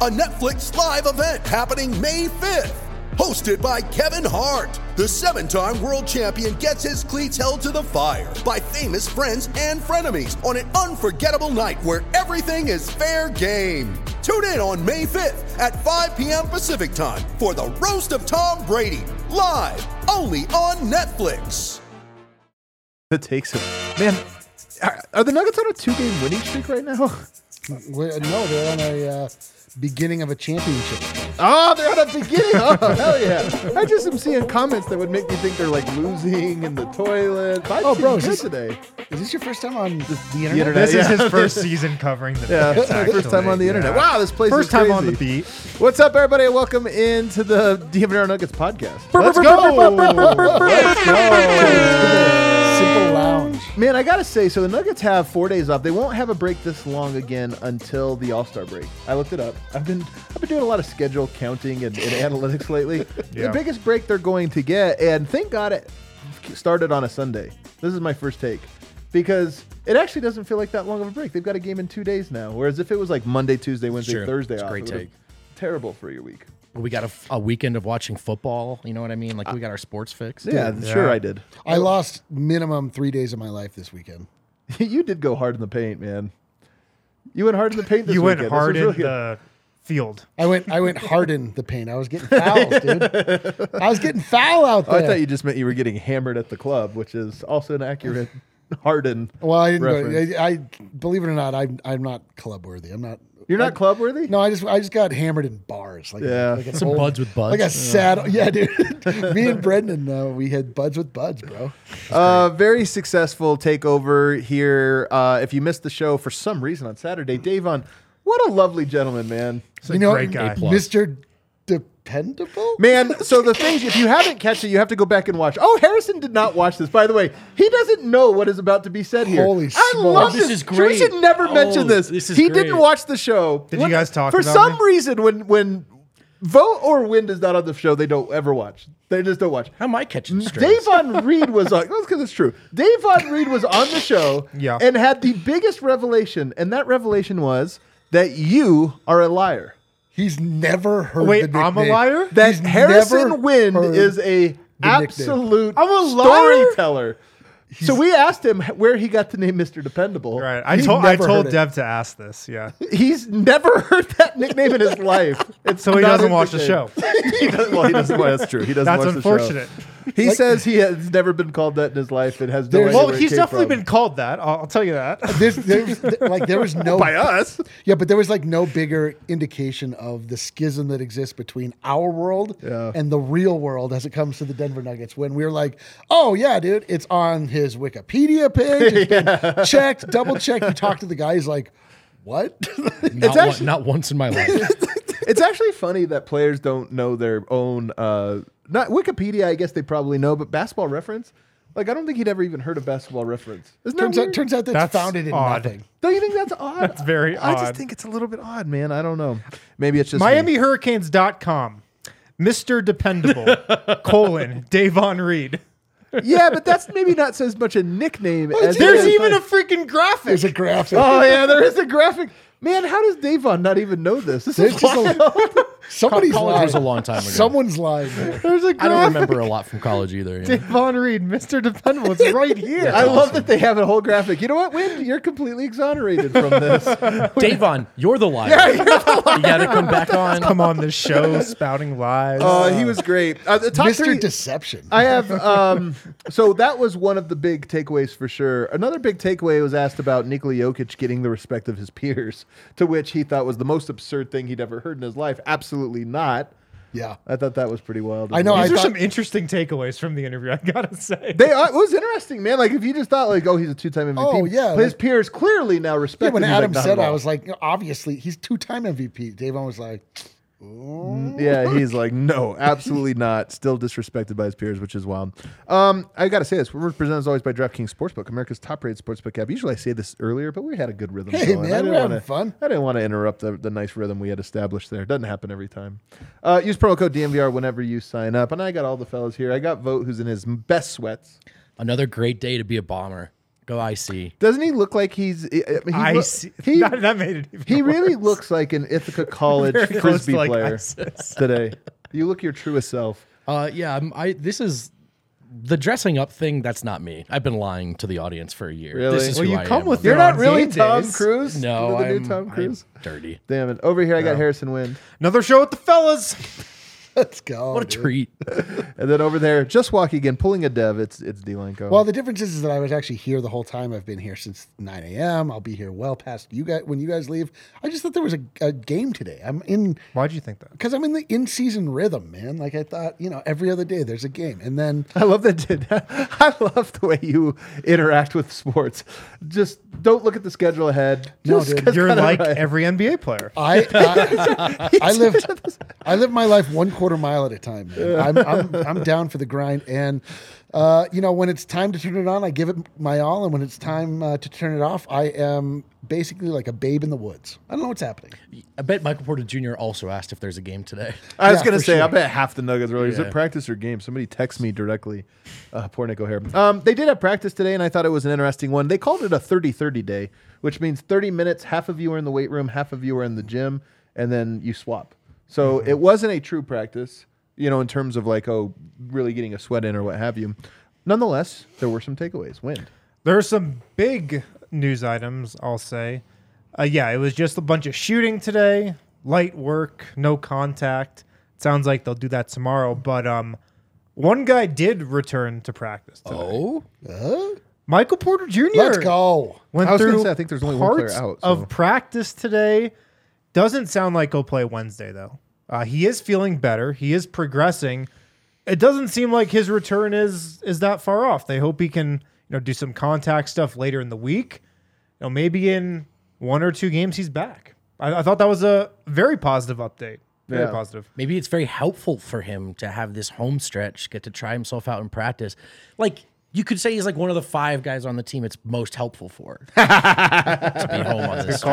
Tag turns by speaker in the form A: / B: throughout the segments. A: a Netflix live event happening May 5th. Hosted by Kevin Hart, the seven time world champion gets his cleats held to the fire by famous friends and frenemies on an unforgettable night where everything is fair game. Tune in on May 5th at 5 p.m. Pacific time for the Roast of Tom Brady, live only on Netflix.
B: that takes it. Man, are, are the Nuggets on a two-game winning streak right now?
C: We're, no, they're on a uh, beginning of a championship.
B: Oh, they're at a beginning. Oh, hell yeah! I just am seeing comments that would make me think they're like losing in the toilet. Five
C: Oh, bro,
B: good
C: is this-
B: today.
C: Is this your first time on the, the internet?
B: internet.
D: This is
B: Yeah.
D: his first season covering the
B: Yeah,
D: Nuggets, actually.
B: first time on the internet.
D: Yeah.
B: Wow, this place
D: First
B: is
D: time on the
B: crazy.
D: beat.
B: What's up, everybody? Welcome into the DMR Nuggets podcast. Let's
D: brr,
B: go. Let's go.
C: Simple lounge.
B: Man, I gotta say, so the Nuggets have four days off. They won't have a break this long again until the All Star break. I looked it up. I've been I've been doing a lot of schedule counting and, and analytics lately.
D: Yeah.
B: The biggest break they're going to get, and thank God it started on a Sunday. This is my first take because it actually doesn't feel like that long of a break. They've got a game in two days now, whereas if it was like Monday, Tuesday, Wednesday,
E: true.
B: Thursday,
E: It's a
B: off,
E: great
B: it would've
E: take.
B: been terrible for your week.
E: We got a, a weekend of watching football. You know what I mean? Like we got our sports fix.
B: Yeah, sure, I did.
C: I lost minimum three days of my life this weekend.
B: you did go hard in the paint, man. You went hard in the paint. This
D: You went
B: weekend. This
D: hard
B: was
D: in
B: really good.
D: the field.
C: I went. I went hard in the paint. I was getting fouls, dude. I was getting foul out
B: Oh,
C: there.
B: I thought you just meant you were getting hammered at the club, which is also an accurate Harden.
C: well, I didn't.
B: reference.
C: Go, I, I believe it or not, I'm. I'm not club worthy. I'm not.
B: You're not club worthy.
C: No, I just. I just got hammered in bars. Like
B: Yeah.
C: Like an
E: Some
C: old-
E: buds with buds.
C: Like a sad. Yeah, dude. Me and Brendan, uh, we had buds with buds, bro.
B: Uh, very successful takeover here. Uh, if you missed the show for some reason on Saturday, Davon, what a lovely gentleman, man.
D: a great guy. A plus.
C: Mr. Dependable.
B: Man, so the things, if you haven't catch it, you have to go back and watch. Oh, Harrison did not watch this. By the way, he doesn't know what is about to be said here.
C: Holy
B: I
C: smokes.
B: love this.
E: This is
B: We
E: great.
B: should never
E: Oh,
B: mention this.
E: this is
B: he
E: great.
B: didn't watch the show.
D: Did you guys talk
B: For
D: about
B: some
D: me?
B: reason, when when Vote or Wind is not on the show, they don't ever watch. They just don't watch.
E: How am I catching strays?
B: Davon Reed was on. That's because it's true. Davon Reed was on the show
D: Yeah.
B: and had the biggest revelation, and that revelation was that you are a liar.
C: He's never heard.
D: Wait,
C: the nickname.
D: I'm a liar?
B: That
C: He's never
B: Harrison Wind
C: heard
B: is a
C: nickname.
B: absolute
D: I'm a liar?
B: storyteller. So we asked him where he got the name Mr. Dependable.
D: Right. I
C: He
D: told I
C: never
D: told
C: heard it.
D: Dev to ask this. Yeah.
B: He's never heard that nickname in his life. It's
D: So he
B: not
D: doesn't
B: his
D: watch the
B: nickname. he doesn't, well, he doesn't. Well, that's true. He doesn't.
D: That's
B: watch
D: unfortunate.
B: The show. He says he has never been called that in his life. and has no.
C: There's-
B: idea
D: Well,
B: where it
D: he's
B: came
D: definitely
B: from.
D: been called that. I'll, I'll tell you that.
C: This, there's, like there was no
B: by us.
C: Yeah, but there was like no bigger indication of the schism that exists between our world and the real world as it comes to the Denver Nuggets. When we are like, oh yeah, dude, it's on his Wikipedia page. It's been checked, double checked. You talk to the guy, he's like, what?
E: Not,
B: It's
E: one-
B: actually-
E: not once in my life.
B: It's actually funny that players don't know their own. Uh, not Wikipedia, I guess they probably know, but Basketball Reference. Like, I don't think he'd ever even heard of Basketball Reference. Isn't that
C: turns out,
B: weird?
C: turns out that's,
D: That's
C: founded in
D: odd.
C: nothing.
B: Don't you think that's odd?
D: That's very
B: I just
D: odd.
B: think it's a little bit odd, man. I don't know. Maybe it's just me.
D: MiamiHurricanes.com. Mr. Dependable, colon, Davon Reed.
B: yeah, but that's maybe not so as much a nickname. as
D: There's
B: it is-
D: even a freaking graphic.
C: There's a graphic.
B: Oh yeah, there is a graphic. Man, how does Davon not even know this? This
C: There's
B: is
C: just a-
B: wild.
C: Somebody's
E: College
C: lying.
E: was a long time ago.
C: Someone's lying.
B: There's a graphic.
E: I don't remember a lot from college either. you know?
D: Davon Reed, Mr. Dependable. It's right here.
B: I love that they have a whole graphic. You know what, Win? You're completely exonerated from this.
E: Davon, you're the liar. you got to come back on.
D: come on this show spouting lies.
B: Uh, he was great. Uh, the top
C: Mr.
B: three-
C: Deception.
B: I have. Um, so that was one of the big takeaways for sure. Another big takeaway was asked about Nikola Jokic getting the respect of his peers, to which he thought was the most absurd thing he'd ever heard in his life. Absolutely not.
C: Yeah.
B: I thought that was pretty wild. as
C: I know,
B: well.
C: I-
D: These are
C: thought-
D: some interesting takeaways from the interview. I gotta say,
B: They are, it was interesting, man. Like if you just thought like, oh, he's a two-time MVP.
C: Oh, yeah,
B: but his
C: like-
B: peers clearly now respect.
C: Yeah, when
B: him. He's like,
C: Adam
B: "Not
C: said,
B: at
C: I
B: all."
C: was like, "No, obviously, he's two time MVP. Davon was like,
B: yeah, he's like, no, absolutely not. Still disrespected by his peers, which is wild. Um, I gotta say this. We're presented as always by DraftKings Sportsbook, America's top-rated sportsbook app. Usually, I say this earlier, but we had a good rhythm.
C: Hey,
B: going.
C: man,
B: I didn't
C: we're having
B: wanna-
C: fun.
B: I didn't want to interrupt the, the nice rhythm we had established there. Doesn't happen every time. Uh, use promo code DMVR whenever you sign up. And I got all the fellas here. I got Vote, who's in his best sweats.
E: Another great day to be a bomber. Go IC.
B: Doesn't he look like he's? I I mean, he
D: I
B: loo-
D: see.
B: he-
D: that, that made it. Even
B: He really
D: worse.
B: looks like an Ithaca College
D: Very close
B: frisbee
D: to, like,
B: player
D: ISIS.
B: today. You look your truest self.
E: Uh, yeah, I'm, I this is the dressing up thing. That's not me. I've been lying to the audience for a year.
B: Really?
E: This is
D: Well,
E: who
D: you
E: I
D: come
E: am.
D: with
B: You're
D: You're
B: not
D: on
B: really
D: game
B: Tom
D: days.
B: Cruise.
E: no.
B: You're the
E: I'm,
B: new Tom
E: I'm
B: Cruise.
E: dirty.
B: Damn it! Over here, I got Harrison Wind,
D: Another show with the fellas.
C: let's go.
E: What a
C: dude."
E: treat.
B: and then over there, just walk again, pulling a dev. It's it's Delanco.
C: Well, the difference is, is that I was actually here the whole time. I've been here since 9 a.m. I'll be here well past you guys when you guys leave. I just thought there was a, a game today. I'm in
D: Why'd you think that?
C: because I'm in the in season rhythm, man. Like I thought, you know, every other day there's a game, and then
B: I love that. I love the way you interact with sports. Just don't look at the schedule ahead.
C: No,
B: Just
C: dude.
B: 'cause
D: You're
B: I don't
D: like
B: know.
D: every NBA player.
C: I I, I lived I lived my life one quarter mile at a time. Man. I'm, I'm I'm down for the grind, and uh, you know when it's time to turn it on, I give it my all, and when it's time uh, to turn it off, I am basically like a babe in the woods. I don't know what's happening.
E: I bet Michael Porter Jr. also asked if there's a game today.
B: I was
C: Yeah,
B: gonna
C: for
B: say, I
C: sure.
B: bet half the Nuggets were like, "Is it
E: Yeah.
B: practice or game?" Somebody text me directly. Uh, poor Nick O'Hare. Um, they did have practice today, and I thought it was an interesting one. They called it a 30-30 day, which means thirty minutes. Half of you are in the weight room, half of you are in the gym, and then you swap. So
D: Mm-hmm.
B: it wasn't a true practice, you know, in terms of like, oh, really getting a sweat in or what have you. Nonetheless, there were some takeaways. Wind.
D: There are some big news items, I'll say. Uh, yeah, it was just a bunch of shooting today, light work, no contact. sounds like they'll do that tomorrow, but um, one guy did return to practice today.
E: Oh,
D: Michael Porter Jr.
C: Let's go.
D: Went
B: I was gonna
D: through
B: say, I think there's only one player
D: parts
B: out, so-
D: of practice today. Doesn't sound like he'll play Wednesday though. Uh, he is feeling better. He is progressing. It doesn't seem like his return is is that far off. They hope he can you know do some contact stuff later in the week. You know, maybe in one or two games he's back. I, I thought that was a very positive update. Very
B: Yeah.
D: positive.
E: maybe it's very helpful for him to have this home stretch, get to try himself out in practice. Like you could say he's like one of the five guys on the team it's most helpful for. to be home on this stretch.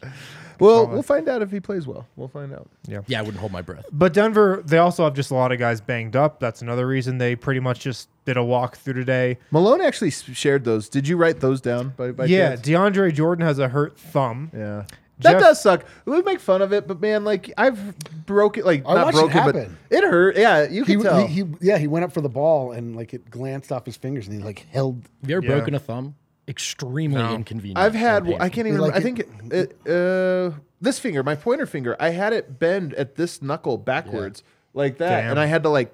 D: Callback.
B: Well, we'll find out if he plays well. We'll find out.
E: Yeah, I wouldn't hold my breath.
D: But Denver, they also have just a lot of guys banged up. That's another reason they pretty much just did a walkthrough today.
B: Malone actually s- shared those. Did you write those down? By, by
D: yeah,
B: chance?
D: DeAndre Jordan has a hurt thumb.
B: Yeah. that
D: Jeff-
B: does suck. We make fun of it, but man, like I've broken, like
C: I
B: not
C: watched it
B: broken,
C: happen.
B: but it hurt. Yeah, you
C: He,
B: can tell.
C: he, he yeah he went up for the ball and like it glanced off his fingers and he like held
E: Have you ever
D: Yeah.
E: broken a thumb? Extremely inconvenient.
B: I've had.
E: and painful.
B: I can't even.
C: like
B: I
C: it-
B: think it, it, uh, this finger, my pointer finger, I had it bend at this knuckle backwards like that,
D: Damn.
B: and I had to like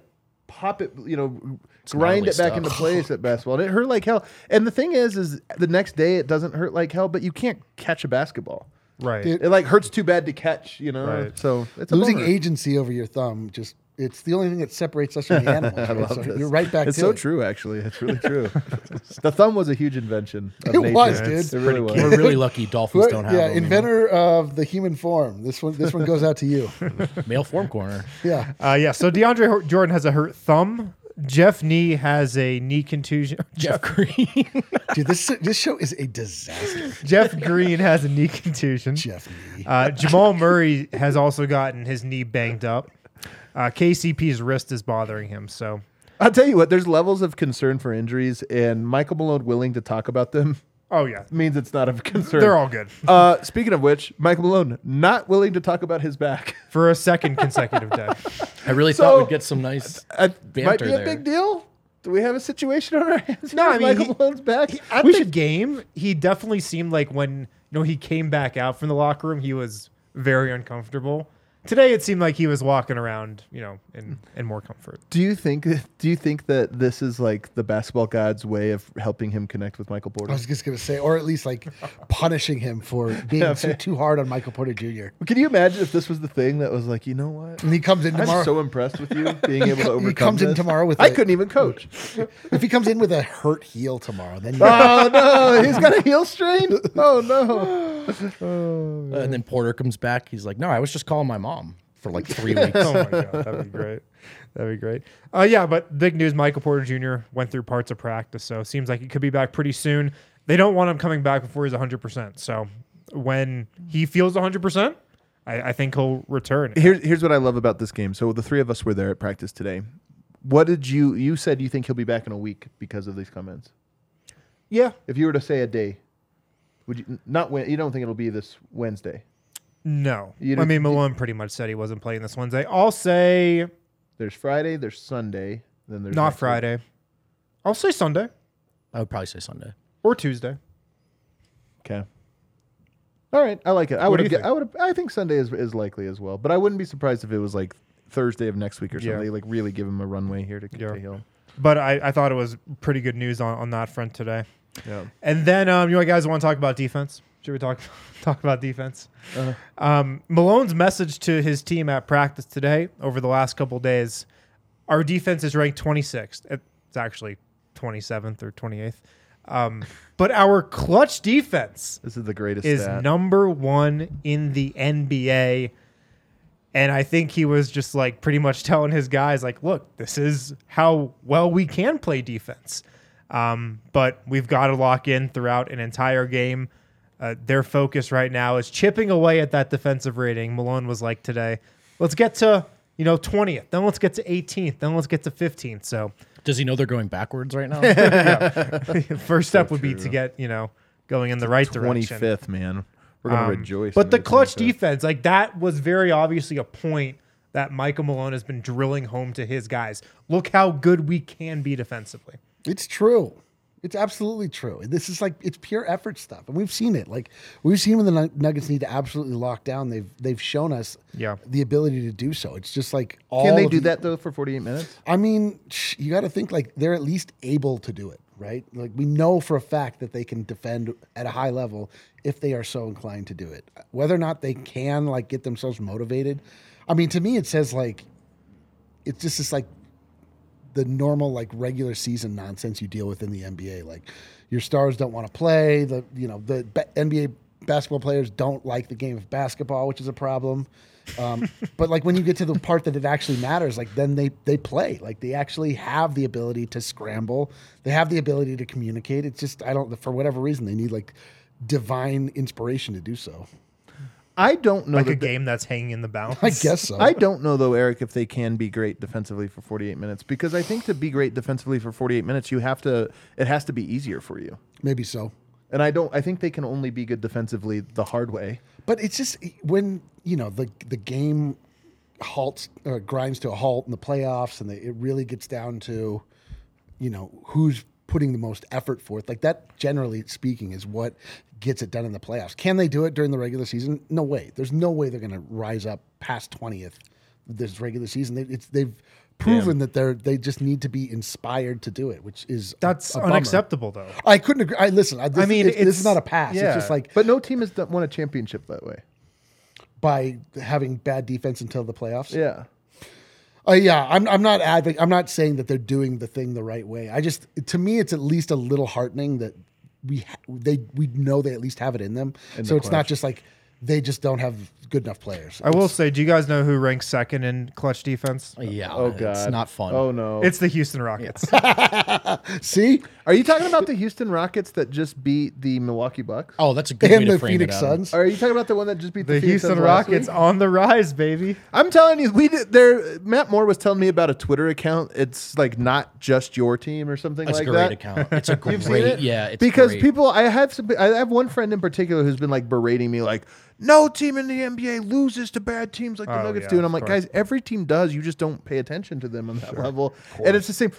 B: pop it, you know, grind
E: gnarly
B: it back
E: stuff.
B: into place at basketball, and it hurt like hell. And the thing is, is the next day it doesn't hurt like hell, but you can't catch a basketball.
D: Right.
C: Dude.
B: It like hurts too bad to catch, you know.
D: Right.
B: So it's a
C: losing
B: bummer.
C: agency over your thumb. Just it's the only thing that separates us from the animals.
B: I
C: right?
B: love
C: So
B: this.
C: You're right back.
B: It's
C: to
B: so
C: it.
B: true, actually. It's really true. the thumb was a huge invention. Of
C: It
B: nature.
C: was, Yeah, dude. it's
B: It really was.
E: We're really lucky dolphins don't have
C: yeah,
E: them, you know?
C: inventor of the human form. This one, this one goes out to you.
E: male form corner.
C: Yeah,
D: Uh, yeah. So DeAndre Hor- Jordan has a hurt thumb. Jeff Knee has a knee contusion.
E: Jeff Green.
C: dude, this this show is a disaster.
D: Jeff Green has a knee contusion.
C: Jeff Lee.
D: Uh, Jamal Murray has also gotten his knee banged up. Uh, KCP's wrist is bothering him. So
B: I'll tell you what. There's levels of concern for injuries, and Michael Malone willing to talk about them
D: oh yeah,
B: means it's not of concern.
D: they're all good
B: Uh, speaking of which, Michael Malone not willing to talk about his back.
D: for a second consecutive day.
E: I really
B: So-
E: thought we'd get some nice.
B: Uh, might
E: Banter
B: be a
E: there.
B: big deal. Do we have a situation on our hands?
D: No,
B: here
D: I
B: with
D: mean,
B: Michael
D: he-
B: Malone's back.
D: At
B: we
D: the
B: should.
D: game, he definitely seemed like when you know he came back out from the locker room, he was very uncomfortable. Today it seemed like he was walking around, you know, in, in more comfort.
B: Do you think do you think that this is like the basketball god's way of helping him connect with Michael
C: I
B: Porter?
C: was just gonna say, or at least like punishing him for being too, too hard on Michael Porter Jr.
B: Can you imagine if this was the thing that was like, you know what?
C: And he comes in Mm, tomorrow.
B: I'm so impressed with you being able to
C: co-
B: overcome.
C: he comes in
B: this.
C: tomorrow with
B: I
C: a-
B: couldn't even coach.
C: if he comes in with a hurt heel tomorrow, then you
B: oh no, he's got a heel strain. Oh no.
E: and then Porter comes back. He's like, "No, I was just calling my mom for like three weeks."
D: oh my god, that'd be great. That'd be great. Uh, yeah, but big news: Michael Porter Jr. went through parts of practice, so it seems like he could be back pretty soon. They don't want him coming back before he's 100. percent So when he feels 100, percent I, I think he'll return.
B: Here's here's what I love about this game. So the three of us were there at practice today. What did you you said you think he'll be back in a week because of these comments?
D: Yeah,
B: If you were to say a day, would you not when you don't think it'll be this Wednesday?
D: no.
B: You
D: I
B: don't-
D: mean, Malone pretty much said he wasn't playing this Wednesday. I'll say
B: There's Friday, there's Sunday, then there's
D: not
B: next week.
D: Friday. I'll say Sunday
E: I would probably say Sunday.
D: or Tuesday.
B: Okay. All right, I like it. I would
D: do you
B: have.
D: think?
B: I would. I think Sunday is is likely as well, but I wouldn't be surprised if it was like Thursday of next week or
D: Yeah.
B: something. They like really give him a runway here to,
D: Yeah.
B: to heal.
D: But I, I thought it was pretty good news on, on that front today.
B: Yeah.
D: And then um, you guys want to talk about defense? Should we talk talk about defense?
B: Uh-huh.
D: Um, Malone's message to his team at practice today over the last couple days: our defense is ranked 26th. It's actually 27th or 28th. Um, but our clutch defense
B: This is the greatest.
D: is
B: stat.
D: number one in the NBA. And I think he was just like pretty much telling his guys, like, look, this is how well we can play defense. Um, but we've got to lock in throughout an entire game. Uh, their focus right now is chipping away at that defensive rating. Malone was like today, let's get to, you know, 20th, then let's get to 18th, then let's get to 15th. So
E: Does he know they're going backwards right now?
D: first step would be to get, you know, going in the right direction.
B: 25th, man. We're gonna rejoice.
D: Um, But
B: in
D: the clutch
B: 25th.
D: defense, like that was very obviously a point that Michael Malone has been drilling home to his guys. Look how good we can be defensively.
C: It's true. It's absolutely true. And This is like it's pure effort stuff, and we've seen it. Like we've seen when the Nug- Nuggets need to absolutely lock down. They've they've shown us
D: Yeah.
C: the ability to do so. It's just like all
B: Can they
C: of
B: do
C: the-
B: that though for 48 minutes?
C: I mean, sh- you got to think like they're at least able to do it, right? Like we know for a fact that they can defend at a high level if they are so inclined to do it. Whether or not they can like get themselves motivated, I mean, to me, it says like it's just this like the normal like regular season nonsense you deal with in the NBA. Like your stars don't want to play. The you know the ba- NBA basketball players don't like the game of basketball, which is a problem. Um, but like when you get to the part that it actually matters, like then they they play. Like they actually have the ability to scramble. They have the ability to communicate. It's just I don't for whatever reason they need like divine inspiration to do so.
B: I don't know.
D: Like a
B: that they-
D: game that's hanging in the balance.
C: I guess so.
B: I don't know though, Eric, if they can be great defensively for 48 minutes because I think to be great defensively for 48 minutes, you have to. It has to be easier for you.
C: Maybe so.
B: And I don't. I think they can only be good defensively the hard way.
C: But it's just eh, when you know the the game halts or grinds to a halt in the playoffs, and it really gets down to you know who's putting the most effort forth. Like that, generally speaking, is what gets it done in the playoffs. Can they do it during the regular season? No way. There's no way they're going to rise up past twentieth this regular season. They, it's, they've proven that they're they just need to be inspired to do it, which is a-
D: That's
C: a bummer.
D: unacceptable though.
C: I couldn't agree. I listen. I, this,
D: mean,
C: mean, this
D: it's-
C: is not a pass.
D: yeah.
C: It's just like
B: But no team has done, won a championship that way.
C: by having bad defense until the playoffs.
B: Yeah.
C: Uh, yeah, I'm, I'm not advoc- I'm not saying that they're doing the thing the right way. I just to me it's at least a little heartening that we ha- they we know they at least have it in them. so it's not just like they just don't have good enough players.
D: I will say, do you guys know who ranks second in clutch defense?
E: yeah.
B: Oh god.
E: It's not fun.
B: Oh no.
D: It's the Houston Rockets.
C: See?
B: Are you talking about the Houston Rockets that just beat the Milwaukee Bucks?
E: Oh, that's a good way
C: And
E: to
C: the
E: frame
C: Phoenix
E: it. Suns.
C: Suns.
B: Are you talking about the one that just beat the,
D: the
B: Phoenix
D: Houston
B: Suns last
D: Rockets
B: week?
D: on the rise, baby.
B: I'm telling you, we did there. Matt Moore was telling me about a Twitter account. It's like not just your team or something
E: That's
B: like
E: a great
B: that.
E: account. It's a great.
B: You've seen it?
E: Yeah. It's
B: because
E: great.
B: people, I have some, I have one friend in particular who's been like berating me, like, no team in the NBA loses to bad teams like the
D: Oh,
B: Nuggets
D: yeah,
B: do, and I'm
D: of
B: like,
D: course.
B: guys, every team does. You just don't pay attention to them on that level, and it's the same.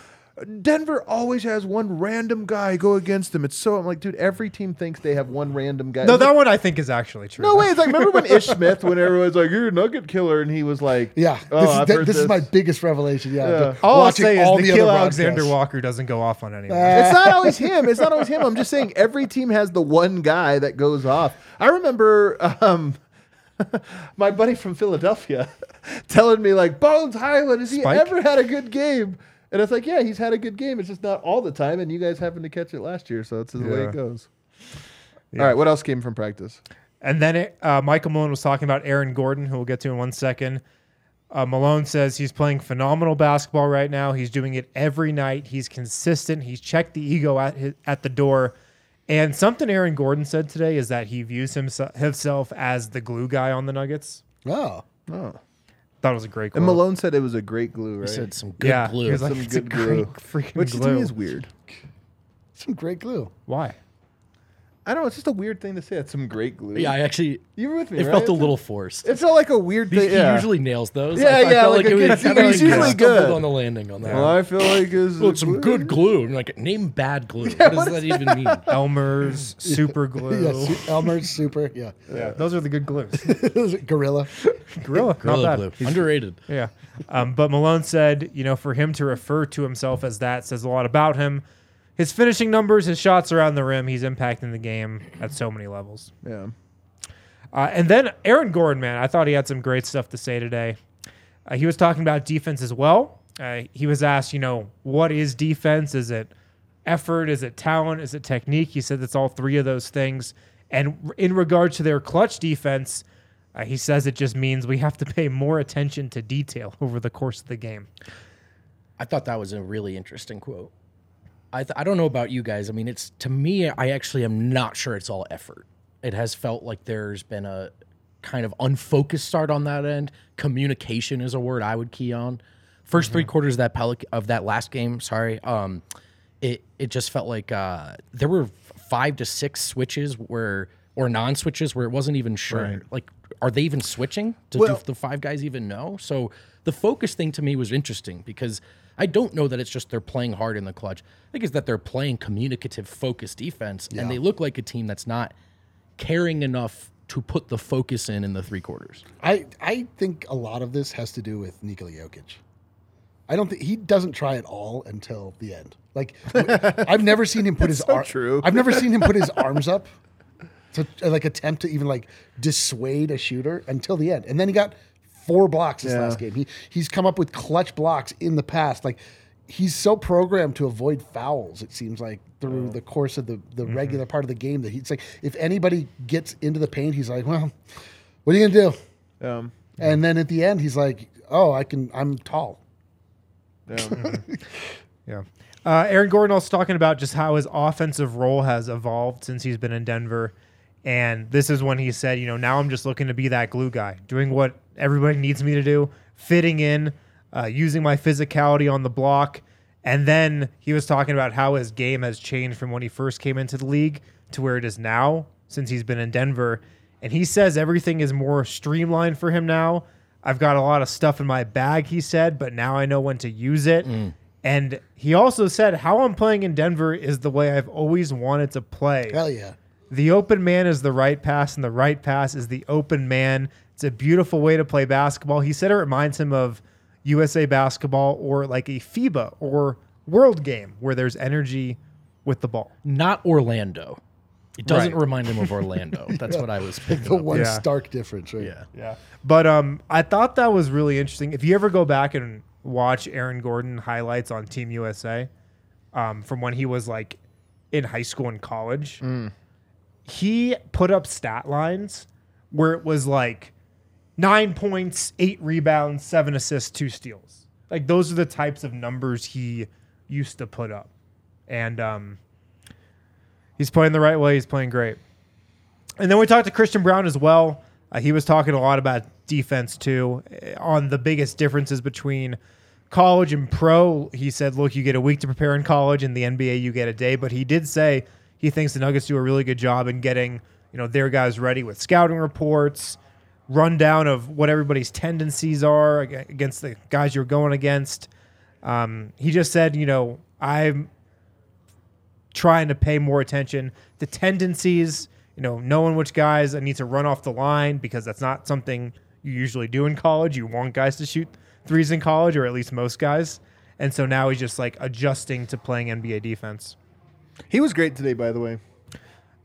B: Denver always has one random guy go against them. It's so I'm like, dude, every team thinks they have one random guy.
D: No, that one I think is actually true.
B: No way. It's like remember when Ish Smith, when everyone's like, "You're a nugget killer," and he was like,
C: Yeah,
B: oh,
C: this, is,
B: I've
C: thi-
B: heard
C: this is my
B: this."
C: biggest revelation. Yeah,
B: Yeah.
C: the-
D: All I'll
C: watching
D: say is
C: all the
D: Nikhil
C: other
D: Alexander
C: broadcasts.
D: Walker doesn't go off on anyone.
B: It's not always him. It's not always him. I'm just saying every team has the one guy that goes off. I remember um, my buddy from Philadelphia telling me like Bones Highland has he
D: Spike?
B: ever had a good game? And it's like, yeah, he's had a good game. It's just not all the time. And you guys happened to catch it last year, so that's the way
D: Yeah.
B: it goes. All right, what else came from practice?
D: And then it, uh, Michael Malone was talking about Aaron Gordon, who we'll get to in one second. Uh, Malone says he's playing phenomenal basketball right now. He's doing it every night. He's consistent. He's checked the ego at his, at the door. And something Aaron Gordon said today is that he views himself, himself as the glue guy on the Nuggets.
C: Oh,
D: That was a great. Quote.
B: And Malone said it was a great glue, right?
E: He said some good
D: yeah,
E: glue.
D: he was like,
B: Some
D: "It's a
B: good
D: great
B: glue."
D: freaking
B: Which
D: glue.
B: to me is weird.
C: some great glue.
D: Why?
B: I don't know. It's just a weird thing to say. It's some great glue.
E: yeah, I actually.
B: you were with me.
E: It
B: right?
E: felt a
B: It's
E: little forced.
B: It felt like a weird
E: He,
B: thing.
E: he
B: yeah.
E: usually nails those.
B: Yeah,
E: I, I
B: yeah,
E: felt
B: like
E: like,
B: a
E: it
B: good-
E: was
B: he's
E: kinda like
B: usually
E: kinda
B: good.
E: stumbled on the landing on that.
B: Well, I feel like is
E: Well, some good glue. I'm like, name bad glue. What does that even mean?
D: Elmer's super glue.
C: Yeah, su- Elmer's super. Yeah,
D: yeah, those are the good glues.
C: gorilla.
D: Gorilla, not
E: Gorilla
D: bad.
E: glue.
D: He's-
E: Underrated.
D: Yeah. Um, but Malone said, you know, for him to refer to himself as that says a lot about him. His finishing numbers, his shots around the rim, he's impacting the game at so many levels.
B: Yeah.
D: Uh, and then Aaron Gordon, man, I thought he had some great stuff to say today. Uh, he was talking about defense as well. Uh, he was asked, you know, what is defense? Is it effort? Is it talent? Is it technique? He said it's all three of those things. And r- in regard to their clutch defense, uh, he says it just means we have to pay more attention to detail over the course of the game.
E: I thought that was a really interesting quote. I, th- I don't know about you guys. I mean, it's to me, I actually am not sure it's all effort. It has felt like there's been a kind of unfocused start on that end. Communication is a word I would key on. 1st
D: Mm-hmm.
E: three quarters of that Pelic- of that last game, sorry, um, it it just felt like uh, there were five to six switches where or non switches where it wasn't even sure. Like, are they even switching? Do, do
B: Well-
E: the five guys even know? So the focus thing to me was interesting because I don't know that it's just they're playing hard in the clutch. I think it's that they're playing communicative, focused defense, and they look like a team that's not caring enough to put the focus in in the three quarters.
C: I I think a lot of this has to do with Nikola Jokic. I don't think he doesn't try at all until the end. Like I've never seen him put his arm.
B: true.
C: I've never seen him put his arms up to uh, like attempt to even like dissuade a shooter until the end. And then he got four blocks this
B: Yeah.
C: last game. He he's come up with clutch blocks in the past. Like he's so programmed to avoid fouls. It seems like through
B: Oh.
C: the course of the the
B: Mm-hmm.
C: regular part of the game that he's like if anybody gets into the paint, he's like, well, what are you gonna do?
B: Um,
C: And then at the end, he's like, "Oh, I can. I'm tall."
D: Yeah. Uh, Aaron Gordon also talking about just how his offensive role has evolved since he's been in Denver. And this is when he said, you know, now I'm just looking to be that glue guy, doing what everybody needs me to do, fitting in, uh, using my physicality on the block. And then he was talking about how his game has changed from when he first came into the league to where it is now since he's been in Denver. And he says everything is more streamlined for him now. I've got a lot of stuff in my bag, he said, but now I know when to use it. And he also said, How I'm playing in Denver is the way I've always wanted to play.
C: Hell yeah!
D: The open man is the right pass, and the right pass is the open man. It's a beautiful way to play basketball. He said it reminds him of USA basketball or like a FIBA or world game where there's energy with the ball.
E: Not Orlando. It doesn't
D: Right.
E: remind him of Orlando. That's what I was picking
C: The
E: up.
C: one
D: Yeah.
C: stark difference, right?
E: Yeah.
D: Yeah. But um, I thought that was really interesting. If you ever go back and watch Aaron Gordon highlights on Team USA um, from when he was like in high school and college, he put up stat lines where it was like nine points, eight rebounds, seven assists, two steals. Like those are the types of numbers he used to put up. And um, he's playing the right way. He's playing great. And then we talked to Christian Brown as well. Uh, he was talking a lot about defense too, eh, on the biggest differences between college and pro. He said, "Look, you get a week to prepare in college, and the NBA you get a day." But he did say he thinks the Nuggets do a really good job in getting you know their guys ready with scouting reports, rundown of what everybody's tendencies are ag- against the guys you're going against. Um, he just said, you know, I'm trying to pay more attention to tendencies, you know, knowing which guys I need to run off the line because that's not something you usually do in college. You want guys to shoot threes in college, or at least most guys. And so now he's just like adjusting to playing NBA defense.
B: He was great today, by the way.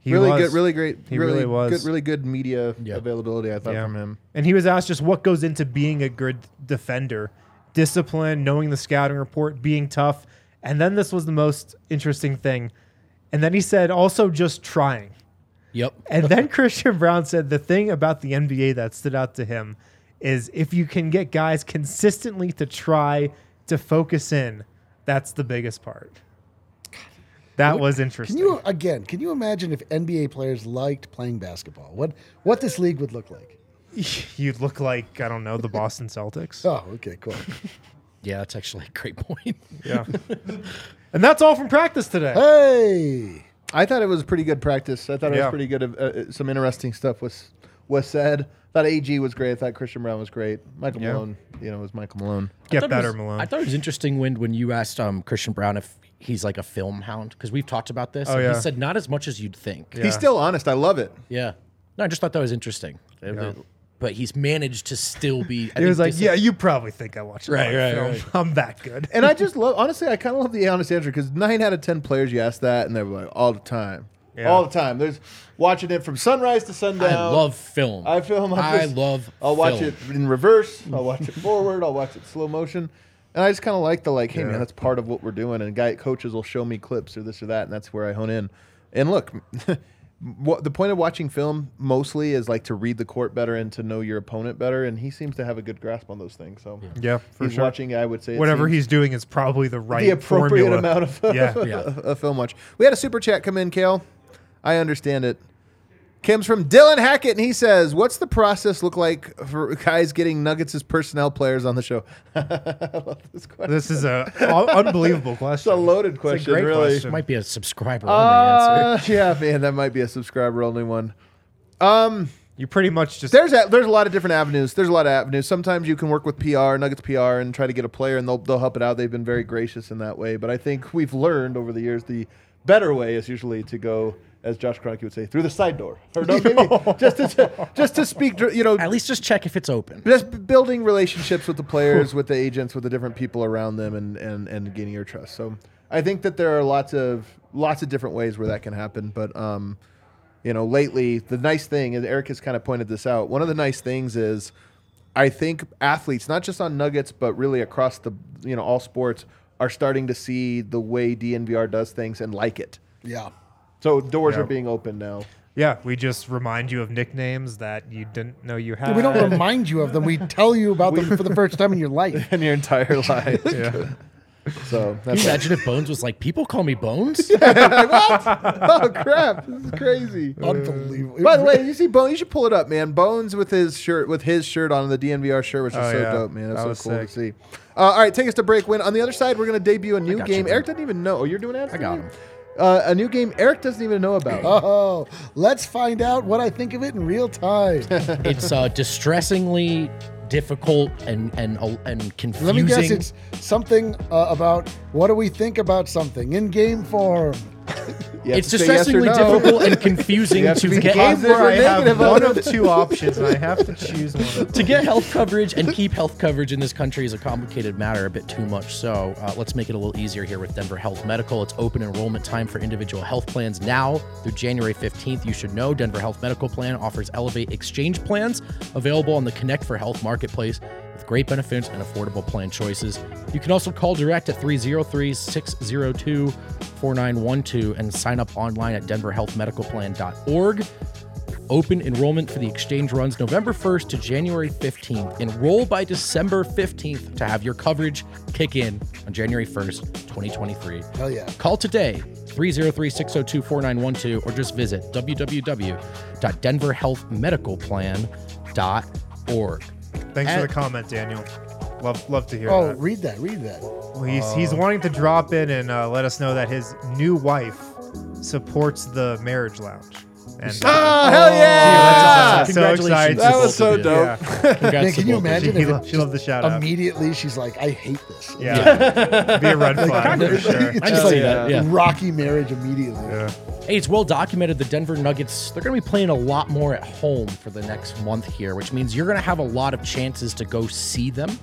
D: He
B: really
D: was.
B: good, really great.
D: He really was.
B: Good, really good media
E: Yeah.
B: availability. I thought
D: Yeah.
B: from him.
D: And he was asked just what goes into being a good defender discipline, knowing the scouting report, being tough. And then this was the most interesting thing. And then he said also just trying.
E: Yep.
D: And then Christian Brown said the thing about the NBA that stood out to him is if you can get guys consistently to try to focus in, that's the biggest part. That was
C: Can
D: interesting.
C: you again? Can you imagine if NBA players liked playing basketball? What what this league would look like?
D: You'd look like, I don't know, the Boston Celtics.
C: Oh, okay, cool.
E: Yeah, that's actually a great point.
D: Yeah. and that's all from practice today.
C: hey,
B: I thought it was pretty good practice. I thought it
D: Yeah.
B: was pretty good. of- Uh, uh, some interesting stuff was was said. thought AG was great. I thought Christian Brown was great. Michael
D: Yeah.
B: Malone, you know, was Michael Malone.
E: I
D: Get
E: thought it
D: better,
E: was-
D: Malone.
E: I thought it was interesting when when you asked um, Christian Brown if he's like a film hound because we've talked about this.
D: Oh,
E: and
D: yeah.
E: He said not as much as you'd think.
D: Yeah.
B: He's still honest. I love it.
E: Yeah. No, I just thought that was interesting. But he's managed to still be. I
D: He was like,
E: dis-
D: "Yeah, you probably think I watched a lot
E: Right,
D: of
E: right,
D: film.
E: right.
D: I'm that good."
B: And I just love, honestly, I kind of love the honest answer because nine out of 10 players you ask that and they're like, all the time.
D: Yeah.
B: All the time. There's watching it from sunrise to sundown.
E: I love film.
B: I film. I'm
E: I
B: just-
E: love.
B: I'll watch
E: film.
B: it in reverse. I'll watch it forward. I'll watch it slow motion. And I just kind of like the like, hey man, that's part of what we're doing. And guy coaches will show me clips or this or that, and that's where I hone in. And look, what the point of watching film mostly is like to read the court better and to know your opponent better. And he seems to have a good grasp on those things. So
D: Yeah, for
B: he's
D: sure.
B: watching. I would say it
D: Whatever
B: seems-
D: he's doing is probably the right,
B: the appropriate
D: formula.
B: amount of
D: Yeah.
B: a film watch. We had a super chat come in, Kale. I understand it. Kim's from Dylan Hackett, and he says, "What's the process look like for guys getting Nuggets as personnel players on the show?" I love this question.
D: This is a un- unbelievable
B: It's
D: question.
B: a loaded question,
D: great
B: really.
D: question.
E: Might be a subscriber only answer.
B: Uh, yeah, man, that might be a subscriber only one.
D: You pretty much just
B: There's a, there's a lot of different avenues. There's a lot of avenues. Sometimes you can work with PR, Nuggets PR, and try to get a player, and they'll they'll help it out. They've been very gracious in that way. But I think we've learned over the years the better way is usually to go, as Josh Kroenke would say, through the side door, or no, maybe just to, to just to speak, dir- you know,
E: At least just check if it's open.
B: just b- building relationships with the players, with the agents, with the different people around them, and and and gaining your trust. So I think that there are lots of lots of different ways where that can happen. But um, you know, lately the nice thing, and Eric has kind of pointed this out. One of the nice things is, I think athletes, not just on Nuggets, but really across the you know all sports, are starting to see the way DNVR does things and like it.
C: yeah.
B: So doors
D: Yeah.
B: are being opened now.
D: yeah. We just remind you of nicknames that you didn't know you had.
C: We don't remind you of them. We tell you about them for the first time in your life.
B: In your entire life,
D: Yeah.
B: so
E: Can
B: that's
E: you imagine if Bones was like, people call me Bones?
B: oh crap! This is crazy.
C: Unbelievable.
B: By the way, you see Bones. You should pull it up, man. Bones with his shirt, with his shirt on the DNVR shirt, which is
D: Oh,
B: so
D: yeah.
B: dope, man. That's
D: That
B: so
D: was
B: cool
D: sick.
B: to see. Uh, all right, take us to break. When on the other side, we're gonna debut a new
E: got
B: game.
E: you,
B: Eric doesn't even know. Oh, you're doing ads.
E: I got him.
B: Uh, a new game Eric doesn't even know about.
C: oh, let's find out what I think of it in real time.
E: it's uh, distressingly difficult and and uh, and confusing.
C: Let me guess. It's something uh, about what do we think about something in game form?
B: You have
E: it's
B: to say yes or
E: distressingly
B: no.
E: difficult and confusing
B: have
E: to
B: to be
E: get
D: Game
B: positive
D: where
B: or
D: I have
B: negative on
D: one
B: it.
D: of two options, and I have to choose one. Of
E: to get health coverage and keep health coverage in this country is a complicated matter, a bit too much. So uh, let's make it a little easier here with Denver Health Medical. It's open enrollment time for individual health plans now through January 15th. You should know Denver Health Medical Plan offers Elevate Exchange plans available on the Connect for Health marketplace with great benefits and affordable plan choices. You can also call direct at 303 602 4912 and sign up online at denverhealthmedicalplan.org. Open enrollment for the exchange runs November 1st to January 15th. Enroll by December 15th to have your coverage kick in on January 1st, 2023.
C: Hell yeah.
E: Call today 303-602-4912 or just visit www.denverhealthmedicalplan.org.
D: Thanks for
E: At-
D: the comment, Daniel. Love, love to hear
C: Oh,
D: that.
C: read that. Read that. Oh,
D: Well, he's he's wanting to drop in and uh, let us know that his new wife supports the marriage lounge. And
B: Oh, hell yeah!
D: Ah, so
E: Congratulations
D: excited.
E: to That
B: was
E: both so of you.
B: dope.
E: Congrats
C: Man,
E: to
C: can you
E: both of
C: imagine
D: She
C: if it
D: lo- she
C: just
D: loved the shout out.
C: Immediately, she's like, "I hate this."
D: Yeah. Be a red flag for sure.
C: It's
E: I
C: just
E: can
C: like
E: see that, yeah.
C: rocky marriage immediately.
E: Hey, it's well documented. The Denver Nuggets, they're going to be playing a lot more at home for the next month here, which means you're going to have a lot of chances to go see them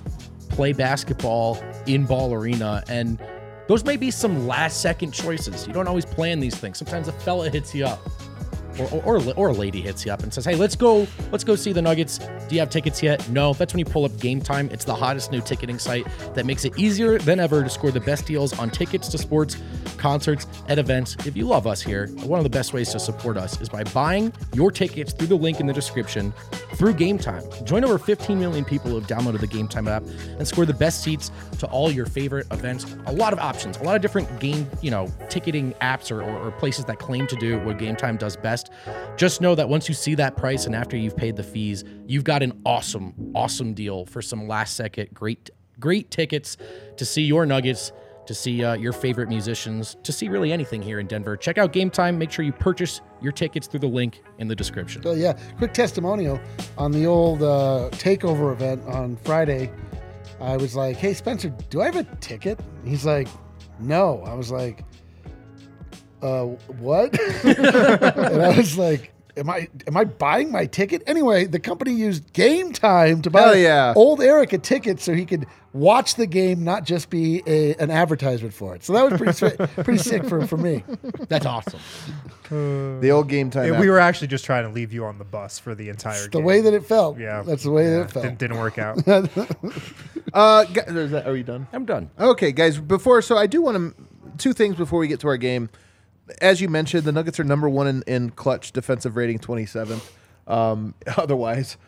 E: play basketball in Ball Arena. And those may be some last second choices. You don't always plan these things. Sometimes a fella hits you up. Or, or, or, or a lady hits you up and says, "Hey, let's go, let's go see the Nuggets. Do you have tickets yet?" No. That's when you pull up Game Time. It's the hottest new ticketing site that makes it easier than ever to score the best deals on tickets to sports, concerts, and events. If you love us here, one of the best ways to support us is by buying your tickets through the link in the description through Game Time. Join over 15 million people who have downloaded the Game Time app and score the best seats to all your favorite events. A lot of options, a lot of different game, you know, ticketing apps or, or, or places that claim to do what Game Time does best. Just know that once you see that price and after you've paid the fees, you've got an awesome, awesome deal for some last second great, great tickets to see your Nuggets. To see uh, your favorite musicians, to see really anything here in Denver, check out Game Time. Make sure you purchase your tickets through the link in the description.
C: So yeah, quick testimonial on the old uh, takeover event on Friday. I was like, "Hey Spencer, do I have a ticket?" He's like, "No." I was like, "Uh, what?" and I was like, "Am I am I buying my ticket?" Anyway, the company used Game Time to buy
B: Hell yeah.
C: old Eric a ticket so he could watch the game, not just be a, an advertisement for it. So that was pretty sweet, pretty sick for for me.
E: That's awesome.
B: The old game time.
D: Yeah,
B: app.
D: we were actually just trying to leave you on the bus for the entire
C: The way that it felt.
D: yeah,
C: that's the way
D: Yeah,
C: that it felt.
D: Didn't, didn't work out.
B: Uh, gu- is that, are you done?
E: I'm done.
B: Okay, guys. Before, so I do want to two things before we get to our game. As you mentioned, the Nuggets are number one in, in clutch defensive rating, twenty seventh. Um, otherwise,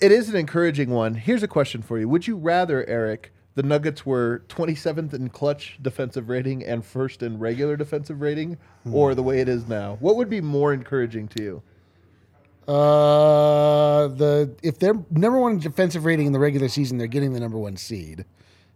B: it is an encouraging one. Here's a question for you: Would you rather, Eric, the Nuggets were twenty seventh in clutch defensive rating and first in regular defensive rating, or the way it is now? What would be more encouraging to you?
C: Uh, the if they're number one defensive rating in the regular season, they're getting the number one seed.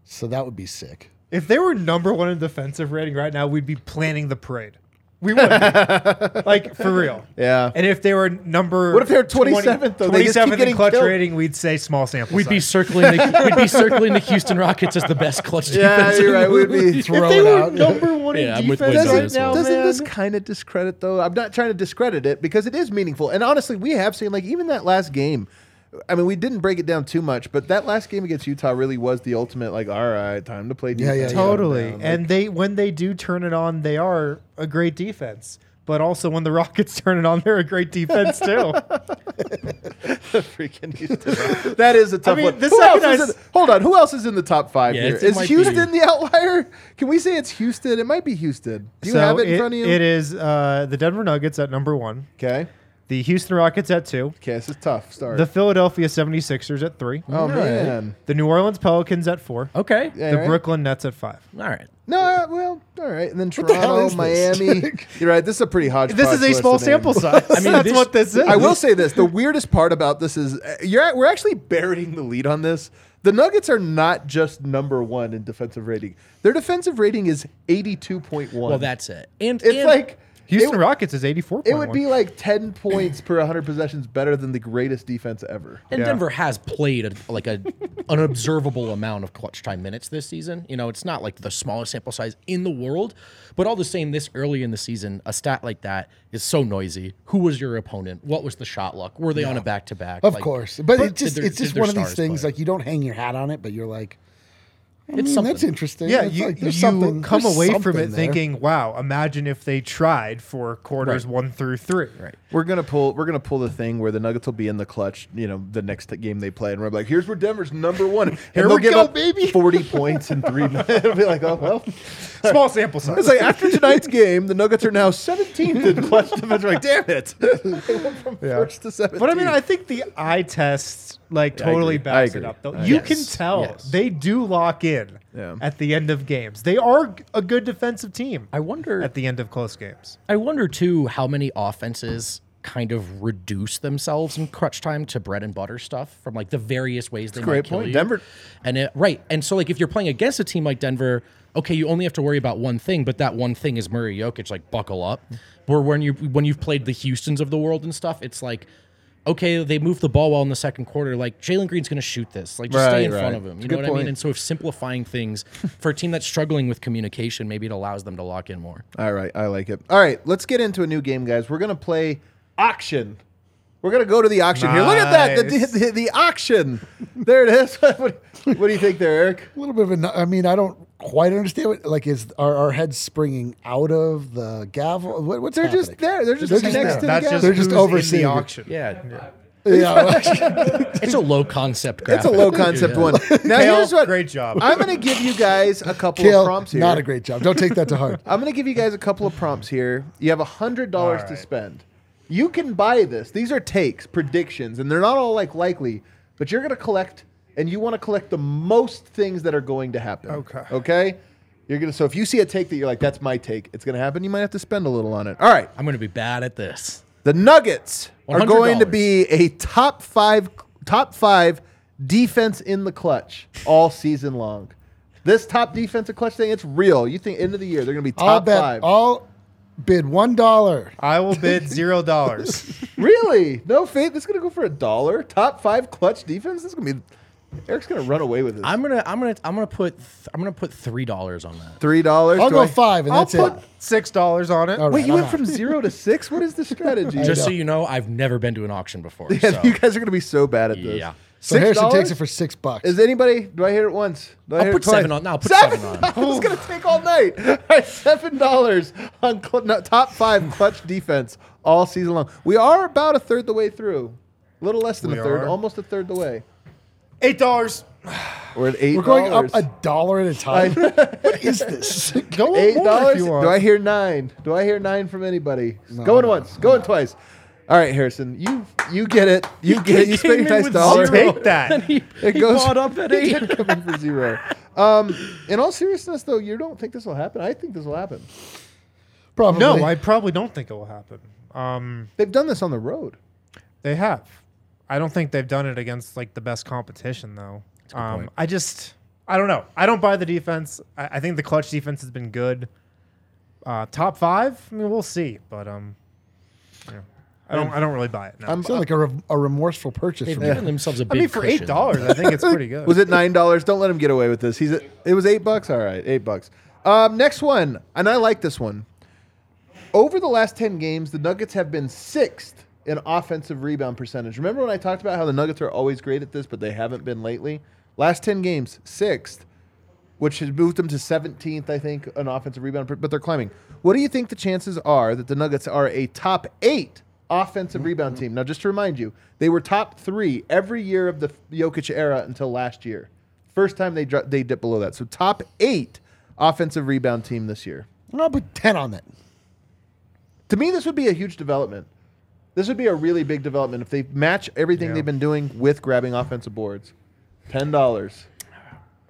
C: So that would be sick.
D: If they were number one in defensive rating right now, we'd be planning the parade. We would, be. like for real.
B: Yeah.
D: And if they were number,
B: What if they were
D: 20
B: 27th, though? They just keep
D: 27th in
B: getting
D: clutch
B: killed.
D: rating, we'd say small sample.
E: We'd be
D: size.
E: circling. The, we'd be circling the Houston Rockets as the best clutch defense.
B: you're right. We'd be
C: Throw it out.
D: one
E: Yeah, I'm with Woods on
B: doesn't,
E: this one.
B: doesn't this kind of discredit though? I'm not trying to discredit it because it is meaningful. And honestly, we have seen like even that last game. I mean, we didn't break it down too much, but that last game against Utah really was the ultimate. Like, all right, time to play defense.
C: yeah, yeah.
D: Totally. and they when they do turn it on, they are a great defense. But also when the Rockets turn it on, they're a great defense too.
B: Freaking Houston. that is a tough
D: mean,
B: one.
D: the
B: Who else
D: second
B: is
D: I s-
B: in, hold on. Who else is in the top five
E: Yeah,
B: here?
E: it
B: Is
E: might
B: Houston
E: be-
B: the outlier? Can we say it's Houston? It might be Houston. Do you
D: So
B: have it in front of you?
D: It is uh, the Denver Nuggets at number one,
B: Okay.
D: the Houston Rockets at two,
B: Okay, this is tough. Start.
D: the Philadelphia 76ers at three,
B: oh man.
D: the New Orleans Pelicans at four,
E: Okay.
B: Yeah,
D: the
B: right?
D: Brooklyn Nets at five.
E: All right.
B: No, uh, well, all right. And then
C: hell
B: Toronto,
C: is this?
B: Miami. You're right. This is a pretty hodgepodge.
D: This is a
B: list
D: small
B: of names.
D: sample size. I mean,
E: mean,
D: that's
E: this-
D: what this is.
B: I will say this: the weirdest part about this is uh, you're at, we're actually burying the lead on this. The Nuggets are not just number one in defensive rating; their defensive rating is eighty-two point one.
E: Well, that's it. And
B: it's
E: and
B: like
D: Houston
B: it,
D: Rockets is 84.
B: it would be like ten points per hundred possessions better than the greatest defense ever.
E: and
D: Yeah.
E: Denver has played a, like a an observable amount of clutch time minutes this season. You know, it's not like the smallest sample size in the world, but all the same, this early in the season, a stat like that is so noisy. Who was your opponent? What was the shot luck? Were they on a back to back?
C: Of course. But, it just
E: did their-
C: it's
E: did
C: just
E: their
C: one of these
E: stars
C: things
E: play?
C: like you don't hang your hat on it, but you're like I mean,
E: something.
C: that's interesting.
D: Yeah,
C: It's
D: you,
C: like,
D: you
C: there's something-
D: come
C: there's
D: away from
C: something
D: it
C: there.
D: thinking, wow, imagine if they tried for quarters one through three. Right.
B: We're gonna pull. We're gonna pull the thing where the Nuggets will be in the clutch. You know, the next game they play, and we're like, "Here's where Denver's number one." And
D: Here
B: they'll
D: we
B: give
D: go,
B: up
D: baby.
B: Forty points in three minutes. It'll be like, "Oh well."
D: Small sample size.
B: It's like after tonight's game, the Nuggets are now 17th in clutch defense. We're Like, damn it! they went from first to 17th.
D: But I mean, I think the eye test like
B: I
D: totally
B: agree.
D: backs
B: I
D: it
B: agree.
D: up. Though
B: I
D: you
E: agree.
D: can
E: Yes,
D: tell
E: yes.
D: they do lock in
B: Yeah.
D: at the end of games. They are g- a good defensive team.
E: I wonder
D: at the end of close games.
E: I wonder too how many offenses kind of reduce themselves in crutch time to bread and butter stuff from like the various ways they
B: great
E: might kill
B: point.
E: you.
B: Denver-
E: and it, right, and so like if you're playing against a team like Denver, okay, you only have to worry about one thing, but that one thing is Murray Jokic. Like, buckle up. Where when you when you've played the Houston's of the world and stuff, it's like, okay, they moved the ball well in the second quarter. Like Jalen Green's going to shoot this. Like, just
B: Right,
E: stay in
B: right.
E: front of him.
B: It's a
E: You
B: good
E: know what I
B: point.
E: mean? And so, if simplifying things for a team that's struggling with communication, maybe it allows them to lock in more.
B: All right, I like it. All right, let's get into a new game, guys. We're gonna play auction. We're gonna go to the auction here. Look at that, the,
D: Nice.
B: the, the, auction. There it is. what, what do you think there, Eric?
C: A little bit of a. I mean, I don't quite understand what. Like, is are our heads springing out of the gavel? What, what's
B: They're
C: happening?
B: just there. They're just
C: They're just
B: next
C: there.
B: to the
D: That's
B: gavel.
D: just
C: They're just
D: who's in
C: overseeing it.
D: the auction.
E: Yeah,
C: Yeah,
E: it's a low concept. Graphic.
B: It's a low concept one. Now
D: Kale,
B: here's what.
D: great job.
B: I'm gonna give you guys a couple
C: Kale,
B: of prompts here.
C: not a great job. Don't take that to heart.
B: I'm gonna give you guys a couple of prompts here. You have hundred dollars
D: All
B: to
D: right.
B: spend. You can buy this. These are takes, predictions, and they're not all like likely, but you're gonna collect and you wanna collect the most things that are going to happen.
D: Okay.
B: Okay? You're gonna so if you see a take that you're like, that's my take, it's gonna happen, you might have to spend a little on it. All right.
E: I'm going to be bad at this.
B: The Nuggets are
E: $100.
B: going to be a top five top five defense in the clutch all season long. This top defensive clutch thing, it's real. You think end of the year they're gonna be top
C: I'll bet.
B: five.
C: I'll bid one dollar.
D: I will bid zero dollars.
B: Really? No faith. This is gonna go for a dollar. Top five clutch defense. This is gonna be. Eric's gonna run away with this.
E: I'm gonna, I'm gonna, I'm gonna put, th- I'm gonna put three dollars on that.
B: Three dollars.
C: I'll go five, and
B: I'll
C: that's
B: put-
C: it.
D: Six dollars on it.
C: All
B: Wait,
C: right,
B: you
C: I'm
B: went
C: out.
B: from zero to six. What is the strategy?
E: Just so you know, I've never been to an auction before.
B: Yeah,
E: so.
B: you guys are gonna be so bad at this.
E: Yeah.
C: So Harrison takes
B: $6?
C: it for six bucks.
B: Is anybody? Do I hear it once? Do I
E: I'll
B: hear
E: put
B: it twice?
E: seven on- no, I'll put seven on.
B: It's gonna take all night. All right, seven dollars on cl- no, top five clutch defense all season long. We are about a third the way through. A little less than
D: We
B: a third,
D: are.
B: almost a third the way.
D: Eight dollars.
B: We're at eight.
C: We're going up a dollar at a time. what is this?
D: Go up
B: Eight
D: more if
B: dollars.
D: you
B: Do
D: want.
B: I hear nine? Do I hear nine from anybody? going once. Going twice. All right, Harrison. You you get it. You get it. You spend your
E: in
B: nice
E: with
B: dollar.
E: zero.
D: Take that.
B: It
E: He
B: goes
E: bought up at
B: He
E: eight.
B: did come in for zero. Um, in all seriousness, though, you don't think this will happen. I think this will happen.
C: Probably.
D: No, I probably don't think it will happen. Um,
B: They've done this on the road.
D: they have. I don't think they've done it against like the best competition though. Um, I just, I don't know. I don't buy the defense. I, I think the clutch defense has been good. Uh, top five. I mean, we'll see. But um, yeah. I don't. I don't really buy it. No.
C: You sound like a, re- a remorseful purchase
E: They've
C: from
E: given
C: me.
E: themselves a
D: I
E: big.
D: mean, for
E: cushion.
D: eight dollars, I think it's pretty good.
B: Was it nine dollars? Don't let him get away with this. He's a, it was eight bucks. All right, eight bucks. Um, next one, and I like this one. Over the last ten games, the Nuggets have been sixth in offensive rebound percentage. Remember when I talked about how the Nuggets are always great at this, but they haven't been lately. Last ten games, sixth, which has moved them to seventeenth, I think, on offensive rebound. per- But they're climbing. What do you think the chances are that the Nuggets are a top eight? Offensive
D: Mm-hmm.
B: rebound team. Now, just to remind you, they were top three every year of the Jokic era until last year. First time they dro- they dip below that. So top eight offensive rebound team this year.
C: I'll put ten on that.
B: To me, this would be a huge development. This would be a really big development if they match everything
D: Yeah.
B: they've been doing with grabbing offensive boards. Ten dollars.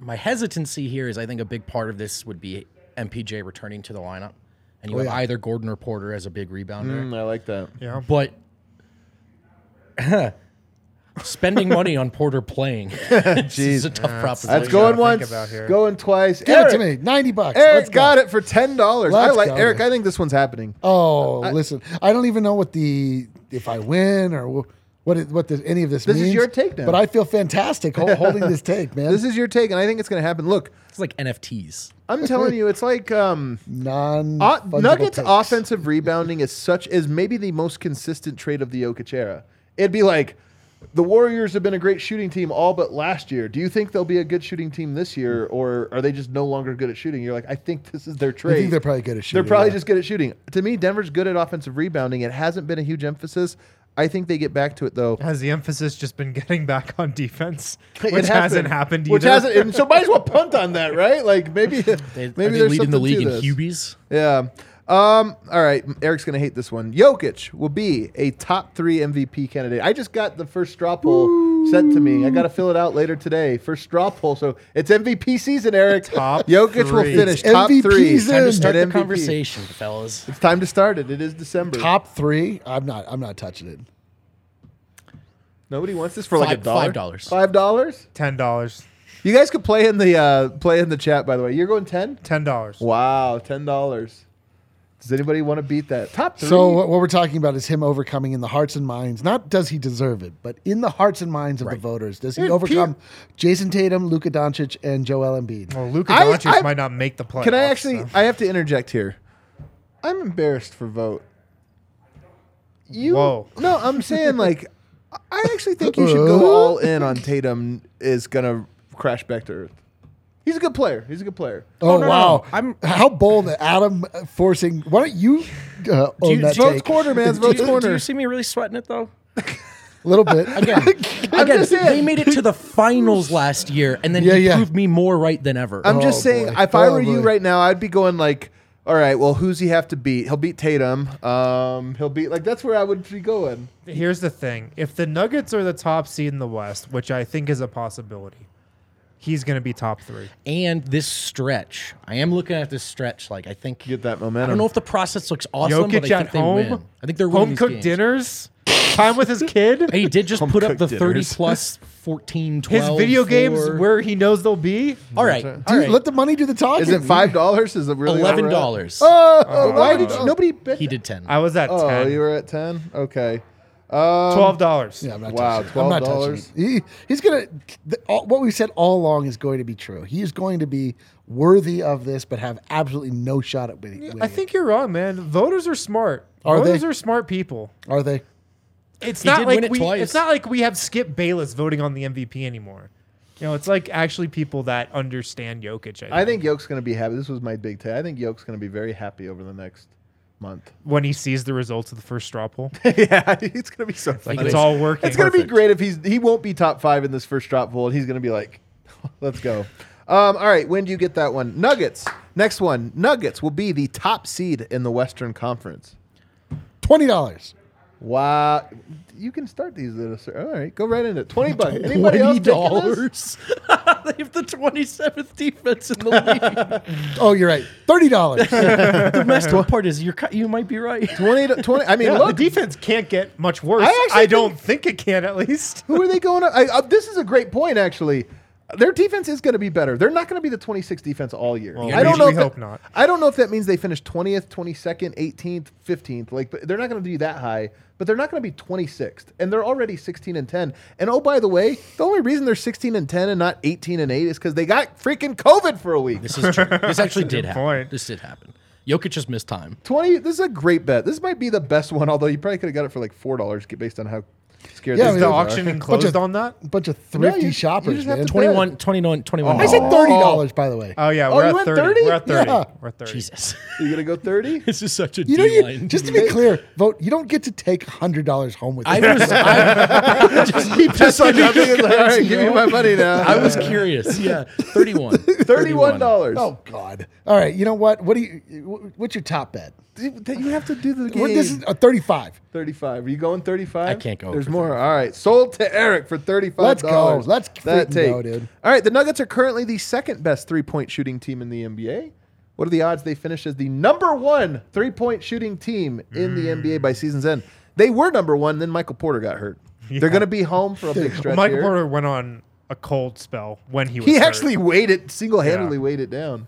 E: My hesitancy here is, I think a big part of this would be MPJ returning to the lineup, and you
B: Oh,
E: have either Gordon or Porter as a big rebounder,
B: Hmm, I like that.
D: Yeah.
E: but. Spending money on Porter playing This is a tough proposition.
B: That's going
D: think
B: once,
D: about here.
B: going twice.
C: Give
B: Eric,
C: it to me. Ninety bucks.
B: Eric
C: Let's go.
B: got it for ten dollars. I
C: Let's
B: like
C: go.
B: Eric. I think this one's happening.
C: Oh, listen. I don't even know what the if I win or wh- what it, what does any of this,
B: This is
C: means.
B: your take now.
C: But I feel fantastic ho- holding this take, man.
B: This is your take, and I think it's going to happen. Look,
E: It's like NFTs.
B: I'm telling you, it's like um,
C: non
B: O- Nuggets offensive rebounding is such is maybe the most consistent trait of the Jokic era. It'd be like the Warriors have been a great shooting team all but last year. Do you think they'll be a good shooting team this year, or are they just no longer good at shooting? You're like, I think this is their
C: I
B: trait.
C: think they're probably good at shooting.
B: They're probably
C: yeah.
B: just good at shooting. To me, Denver's good at offensive rebounding. It hasn't been a huge emphasis. I think they get back to it though.
D: Has the emphasis just been getting back on defense,
B: It
D: which hasn't happened either?
B: Which hasn't. and so might as well punt on that, right? Like maybe
E: They,
B: maybe
E: are they leading
B: there's
E: the
B: something to
E: league in QBs.
B: this. Yeah. Um, all right. Eric's going to hate this one. Jokic will be a top three MVP candidate. I just got the first straw poll sent to me. I got to fill it out later today. First straw poll. So it's MVP season, Eric.
D: Top
B: Jokic will
D: three.
B: finish
C: It's
B: top
C: MVP
B: three.
C: season.
E: Time to
C: Then
E: start
B: at
E: the
B: MVP.
E: conversation, fellas.
B: It's time to start it. It is December.
C: top three. I'm not. I'm not touching it.
B: Nobody wants this for like a
E: Five-
B: dollar.
E: $5.
B: Five dollars?
D: Ten dollars.
B: You guys could play in the uh, play in the chat. By the way, you're going ten.
D: Ten dollars.
B: Wow, ten dollars. Does anybody want to beat that top three?
C: So what what we're talking about is him overcoming in the hearts and minds. Not does he deserve it, but in the hearts and minds of the voters, does he
D: Dude,
C: overcome Jason Tatum, Luka Doncic, and Joel Embiid?
E: Oh,
D: Well, Luka
B: I-
D: Doncic
B: I-
D: might not make the play.
B: Can I
C: Oh,
B: actually? I have to interject here. I'm embarrassed for vote. You
D: Whoa.
B: no, I'm saying like, I actually think you should go all in on Tatum. Is gonna crash back to earth. He's a good player. He's a good player.
C: Oh,
E: no, no,
C: wow!
E: no. I'm-
C: how bold that Adam uh, forcing. Why don't you uh, own
E: you-
C: that
E: do you-
C: take?
B: Quarter man's
E: Do
B: votes
E: you, do
B: corner.
E: you see me really sweating it though?
C: A little bit.
E: Again,
B: I'm
E: again
B: just saying.
E: they made it to the finals last year, and then
C: Yeah,
E: he
C: yeah.
E: proved me more right than ever.
B: I'm
C: Oh,
B: just saying,
C: boy.
B: if I
C: Oh,
B: were you
C: boy.
B: right now, I'd be going like, all right, well, who's he have to beat? He'll beat Tatum. Um, he'll beat like that's where I would be going.
D: Here's the thing: if the Nuggets are the top seed in the West, which I think is a possibility, he's going to be top three.
E: and this stretch, I am looking at this stretch. Like I think
B: Get that
E: I
B: momentum.
E: don't know if the process looks awesome,
D: Jokic
E: but I
D: at
E: think they win.
D: home.
E: I think they're winning
D: home
E: these
D: cooked
E: games.
D: dinners, time with his kid,
E: And he did just put up
B: cooked
E: the thirty
B: dinners.
E: plus 14,
D: his
E: 12,
D: video games
E: four.
D: where he knows they'll be.
E: all right, all
C: Dude,
E: right,
C: let the money do the talking. Uh,
B: Is it five dollars? Is it really
E: eleven dollars.
B: Oh, why did you, nobody bet?
E: he did ten.
D: I was at
B: Oh,
D: 10.
B: you were at ten. Okay, Um,
D: twelve dollars.
C: Yeah, I'm not
B: Wow,
C: touching it. I'm not touching
B: $12?
C: it. He, he's gonna. The, all, what we said all along is going to be true. He is going to be worthy of this, but have absolutely no shot at winning. winning
D: I think you're wrong, man. Voters are smart.
C: Are
D: Voters
C: they?
D: are smart people.
C: it. are they?
D: It's
E: He
D: not
E: did
D: like
E: win it
D: we.
E: twice.
D: It's not like we have Skip Bayless voting on the MVP anymore. You know, it's like actually people that understand Jokic. I think,
B: I think Yoke's going to be happy. This was my big take. I think Yoke's going to be very happy over the next month.
D: when he sees the results of the first straw poll,
B: yeah, it's going to be so.
D: like
B: funny.
D: it's all working.
B: It's going to be
D: Perfect.
B: great if he's he won't be top five in this first drop pool, and he's going to be like, "Let's go." Um, all right, when do you get that one? Nuggets. Next one. Nuggets will be the top seed in the Western Conference.
C: Twenty dollars.
B: Wow, you can start these little. Sir. All right, go right into it. twenty bucks. Anybody else taking this?
E: dollars. they have the twenty seventh defense in the league.
C: Oh, you're right. Thirty dollars.
E: the messed up part is you're cu- you might be right.
B: 20 to 20. I mean,
D: Yeah, the
B: look,
D: defense can't get much worse.
B: I
D: I,
B: actually
D: don't think it can, at least.
B: who are they going up? I, uh, this is a great point, actually. Their defense is going to be better. They're not going to be the 26th defense all year.
D: Well,
B: I don't
D: we-
B: know.
D: we
B: if that-
D: hope not.
B: I don't know if that means they finished 20th, 22nd, 18th, 15th. Like, but they're not going to be that high. But they're not going to be 26th, and they're already 16 and 10. And oh, by the way, the only reason they're 16 and 10 and not 18 and 8 is because they got freaking COVID for a week.
E: This is true. This actually did
D: good
E: happen.
D: point.
E: This did happen. Jokic just missed time.
B: 20. This is a great bet. This might be the best one. Although you probably could have got it for like four dollars based on how scared.
C: Yeah, I mean,
B: these
D: Is the
B: people are.
D: auctioning closed on that?
C: bunch of thrifty
B: you- you
C: shoppers,
B: just have
C: man.
B: to
E: 21, 21, 21.
C: I said thirty dollars, by the way.
D: Oh, yeah.
B: Oh,
D: We're
B: you
D: at
B: went
D: 30.
B: 30?
D: We're at 30.
C: Yeah.
D: We're at 30.
E: Jesus.
B: You gonna go 30?
E: This is such a
C: you know, you,
E: D-line.
C: just to be clear, vote. You don't get to take hundred dollars home with
E: I
C: you.
E: was, I, just, he
B: Just like I'm being like, all right, give me my money now.
E: I was curious. Yeah, thirty-one.
B: thirty-one dollars.
C: Oh God! All right, you know what? What do you? What's your top bet?
B: you have to do the game.
C: What, this is a thirty-five.
B: thirty-five. Are you going thirty-five?
E: I can't go
B: There's
E: for
B: more. All right, sold to Eric for thirty-five.
C: Let's go. Let's freaking go, dude.
B: All right, the Nuggets are currently the second best three-point shooting team in the NBA. What are the odds they finish as the number one three-point shooting team in the NBA by season's end? They were number one, then Michael Porter got hurt. They're going to be home for a big stretch.
D: Mike
B: here.
D: Porter went on a cold spell when he was.
B: He
D: hurt.
B: actually weighed it single-handedly
D: Yeah.
B: weighed it down.